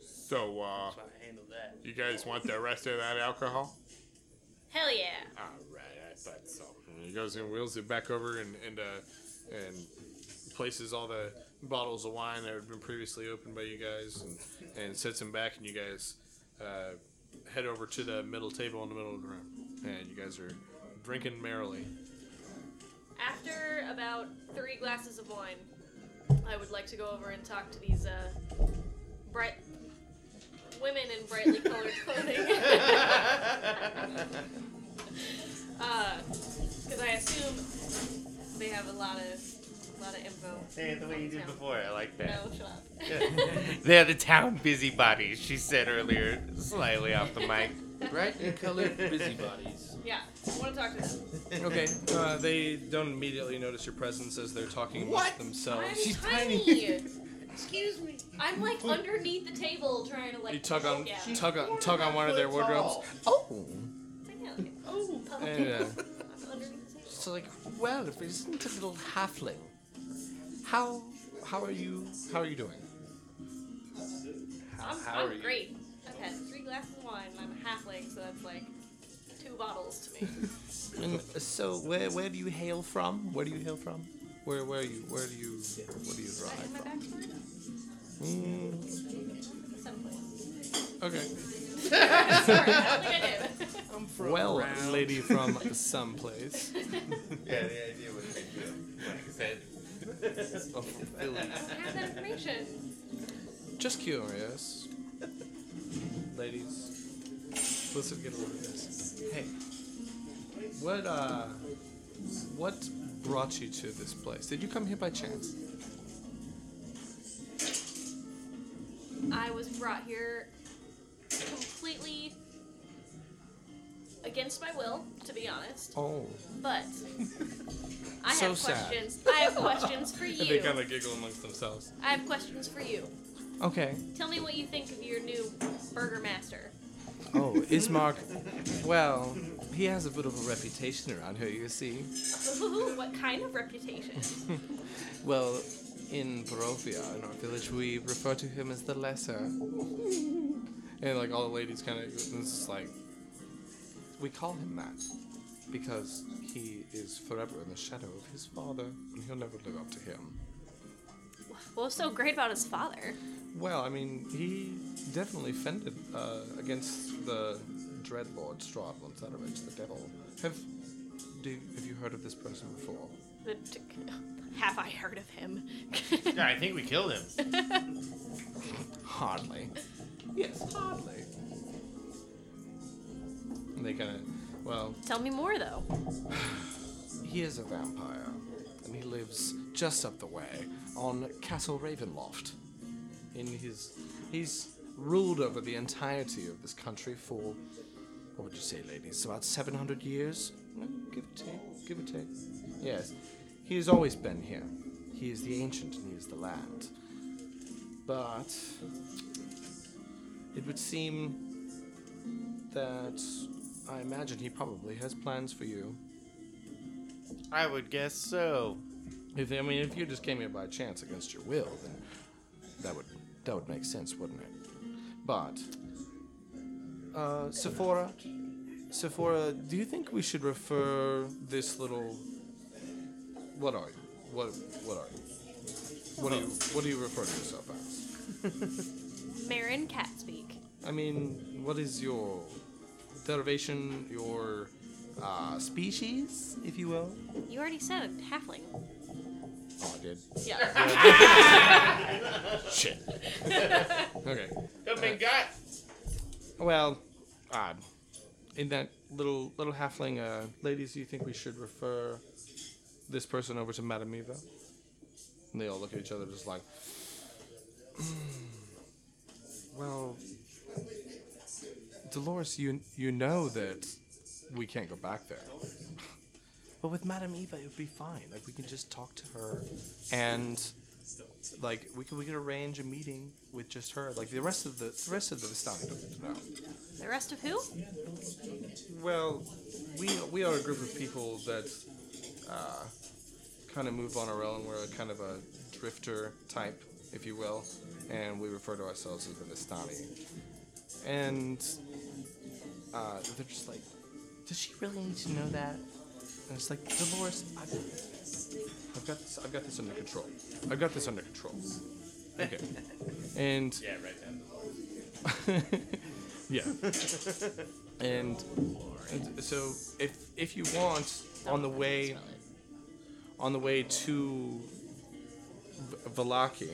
S12: So, uh,
S30: you guys want the rest of that alcohol?
S4: Hell yeah.
S30: All right, I thought so. And he goes and wheels it back over and
S12: and uh, and places all the bottles of wine that had been previously opened by you guys, and, and sets them back, and you guys uh, head over to the middle table in the middle of the room, and you guys are drinking merrily.
S4: After about three glasses of wine, I would like to go over and talk to these uh, bright women in brightly colored clothing. Because Uh, I assume they have a lot of lot of info.
S7: Hey, the way you did before, I like that.
S4: No, shut up.
S7: They're the town busybodies, she said earlier, slightly off the mic.
S5: Brightly colored busybodies.
S4: Yeah, I want to talk to them.
S12: Okay, uh, they don't immediately notice your presence as they're talking
S4: What?
S12: amongst
S7: Oh,
S12: themselves.
S4: I'm tiny. Excuse me. I'm like underneath the table trying to like.
S12: You tug on,
S4: poke out.
S12: tug on, tug on one of their wardrobes.
S1: Oh.
S4: Oh,
S12: And, uh,
S1: So like, well, if it isn't a little halfling, how how are you? How are you doing?
S4: I'm,
S1: how
S4: I'm
S1: are you?
S4: great. I've had three glasses of wine. and I'm a halfling, so that's like two bottles to me.
S1: And so where where do you hail from? Where do you hail from? Where where are you? Where do you? Where do you
S4: Am I
S1: drive?
S4: back to it?
S1: Mm,
S4: Someplace.
S12: Okay.
S4: Sorry, I don't think I did. I'm
S12: well, lady from someplace.
S7: Yeah, the idea was to do like I said.
S4: I have that information.
S12: Just curious, ladies. Let's get a look at this. Hey, what uh, what brought you to this place? Did you come here by chance?
S4: I was brought here completely against my will, to be honest.
S12: Oh.
S4: But I
S12: So
S4: have
S12: sad.
S4: questions. I have questions for
S12: And they
S4: you.
S12: kind of giggle amongst themselves.
S4: I have questions for you.
S1: Okay.
S4: Tell me what you think of your new burger master.
S1: Oh, Ismark. Well, he has a bit of a reputation around here, you see.
S4: what kind of reputation?
S1: Well, in Barovia, in our village, we refer to him as the Lesser.
S12: And like all the ladies kind of, it's just like,
S1: We call him that because he is forever in the shadow of his father, and he'll never live up to him.
S4: What was so great about his father?
S3: Well, I mean, he definitely fended uh, against the Dreadlord Strahd von Sadovich, the devil. Have do have you heard of this person before?
S4: The t- have I heard of him?
S2: yeah, I think we killed him.
S3: Hardly. Yes, hardly. And they kind of, well,
S4: Tell me more, though.
S3: he is a vampire, and he lives just up the way on Castle Ravenloft. In his, he's ruled over the entirety of this country for, what would you say, ladies? About 700 years, Mm, give or take, give or take. Yes, he has always been here. He is the ancient, and he is the land. But it would seem that I imagine he probably has plans for you.
S2: I would guess so.
S3: If I mean, if you just came here by chance against your will, then that would that would make sense, wouldn't it? But uh, Sephora, Sephora, do you think we should refer this little? What are you? What what are you? What do you what do you refer to yourself as?
S4: Marin Catspeak.
S3: I mean, what is your derivation, your uh, species, if you will?
S4: You already said it, halfling.
S3: Oh, I did.
S4: Yeah.
S3: Shit. okay.
S2: Come and got.
S3: Well, odd. In that little little halfling, uh, ladies, do you think we should refer this person over to Madame Eva? And they all look at each other, just like, "Hmm, well, Dolores, you you know that we can't go back there. But with Madame Eva, it would be fine. Like we can just talk to her, and like we could we could arrange a meeting with just her. Like the rest of the, the rest of the Vistani doesn't know.
S4: The rest of who?
S3: Well, we we are a group of people that uh, kind of move on our own. We're a kind of a drifter type, if you will, and we refer to ourselves as the Vistani. And uh, they're just like, does she really need to know that? And it's like, Dolores, I've, I've got this, I've got this under control. I've got this under control. Okay. And
S2: yeah, right down
S3: yeah. and, and so if if you want on the way on the way to V- Valaki,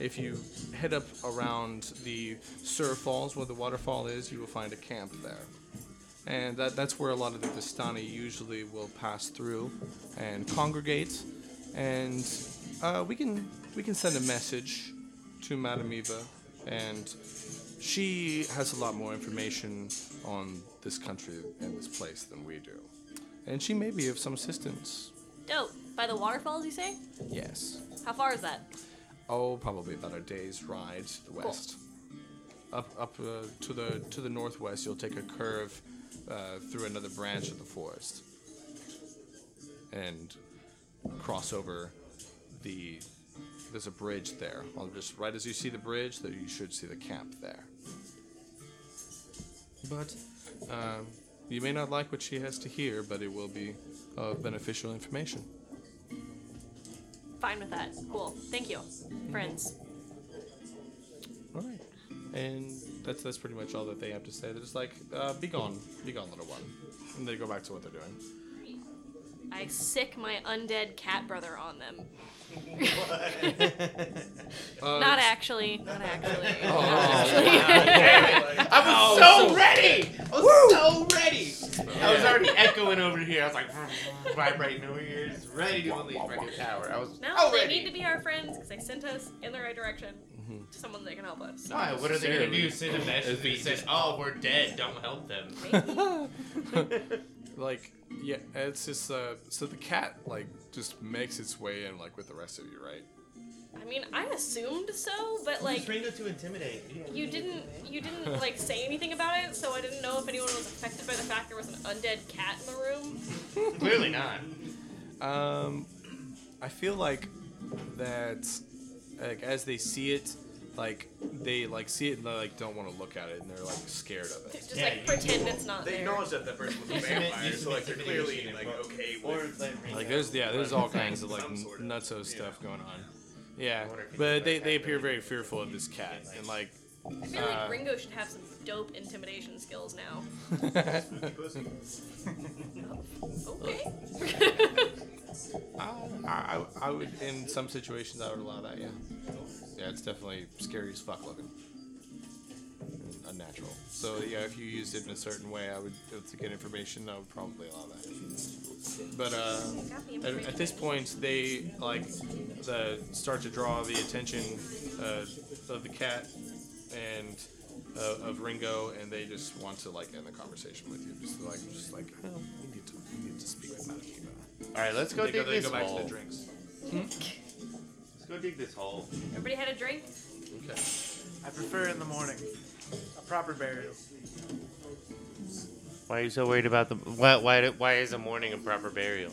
S3: if you head up around the Sur Falls where the waterfall is, you will find a camp there. And that, that's where a lot of the Vistani usually will pass through and congregate. And uh, we can we can send a message to Madame Eva, and she has a lot more information on this country and this place than we do. And she may be of some assistance.
S4: Dope. By the waterfalls, you say?
S3: Yes.
S4: How far is that?
S3: Oh, probably about a day's ride to the west. Up, up uh, to the to the northwest, you'll take a curve uh, through another branch of the forest, and cross over the. There's a bridge there. I'll just right as you see the bridge, that you should see the camp there. But um, you may not like what she has to hear, but it will be of beneficial information.
S4: Fine with that. Cool. Thank you,
S3: Mm-hmm.
S4: friends.
S3: All right. And that's that's pretty much all that they have to say. They're just like, uh, "Be gone, be gone, little one," and they go back to what they're doing.
S4: I sick my undead cat brother on them.
S3: Uh,
S4: not actually. Not actually.
S2: Oh.
S4: Not actually.
S2: I was
S4: Oh,
S2: so ready. I was so ready. I was already echoing over here. I was like vibrating over here, just ready to unleash my new power. I was.
S4: Now
S2: oh,
S4: they need to be our friends because they sent us in the right direction
S3: Mm-hmm.
S4: to someone that can help us.
S2: Why? What are they gonna do?
S3: Necessarily.
S2: Send a message
S3: It'd be
S2: that says, "Oh, we're dead. Don't help them."
S3: like yeah it's just uh so the cat like just makes its way in like with the rest of you right
S4: I mean, I assumed so, but like,
S2: Rango to intimidate.
S4: you didn't, you didn't like say anything about it, so I didn't know if anyone was affected by the fact there was an undead cat in the room.
S2: Clearly not.
S3: um i feel like that like as they see it like they like see it and they like don't want to look at it and they're like scared of it
S4: Just like pretend it's not
S9: They
S4: there.
S9: acknowledge that that person was a
S4: Use
S2: submit-
S9: vampire,
S2: use
S9: so like they're
S2: submit
S9: clearly
S2: intimidation
S9: like
S2: and-
S9: okay
S2: or
S9: with.
S2: let Rango-
S3: like there's yeah there's all
S9: Some
S3: kinds of like
S9: sort
S3: nutso stuff going on Yeah, but they, they appear very fearful of this cat and like.
S4: I feel
S3: uh,
S4: like Ringo should have some dope intimidation skills now. okay.
S3: I, I, I would in some situations I would allow that. Yeah. Yeah, it's definitely scary as fuck looking. And Unnatural. So yeah, if you used it in a certain way, I would to get information. I would probably allow that. But uh, at, at this point, they like the start to draw the attention uh, of the cat and uh, of Ringo, and they just want to like end the conversation with you. Just like just like oh, we need to we need to speak with Madame Eva.
S2: All right, let's go
S3: They
S2: dig
S3: they
S2: this
S3: go back to
S2: hole.
S3: the drinks.
S2: Let's go dig this hole.
S4: Everybody had a drink?
S3: Okay.
S8: I prefer in the morning. A proper burial.
S2: Why are you so worried about the why? Why, do- why is a mourning a proper burial?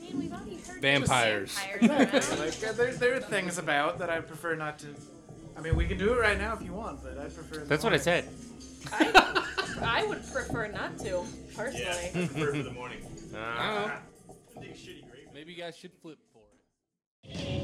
S4: Man, we've already heard
S2: Vampires.
S4: vampires around.
S8: like, uh, there, there are things about that I prefer not to. I mean, we can do it right now if you want, but I prefer. in the
S2: That's what I
S8: morning.
S2: said.
S4: I would prefer not to, personally.
S9: prefer for the morning.
S2: Ah.
S5: Maybe you guys should flip for it.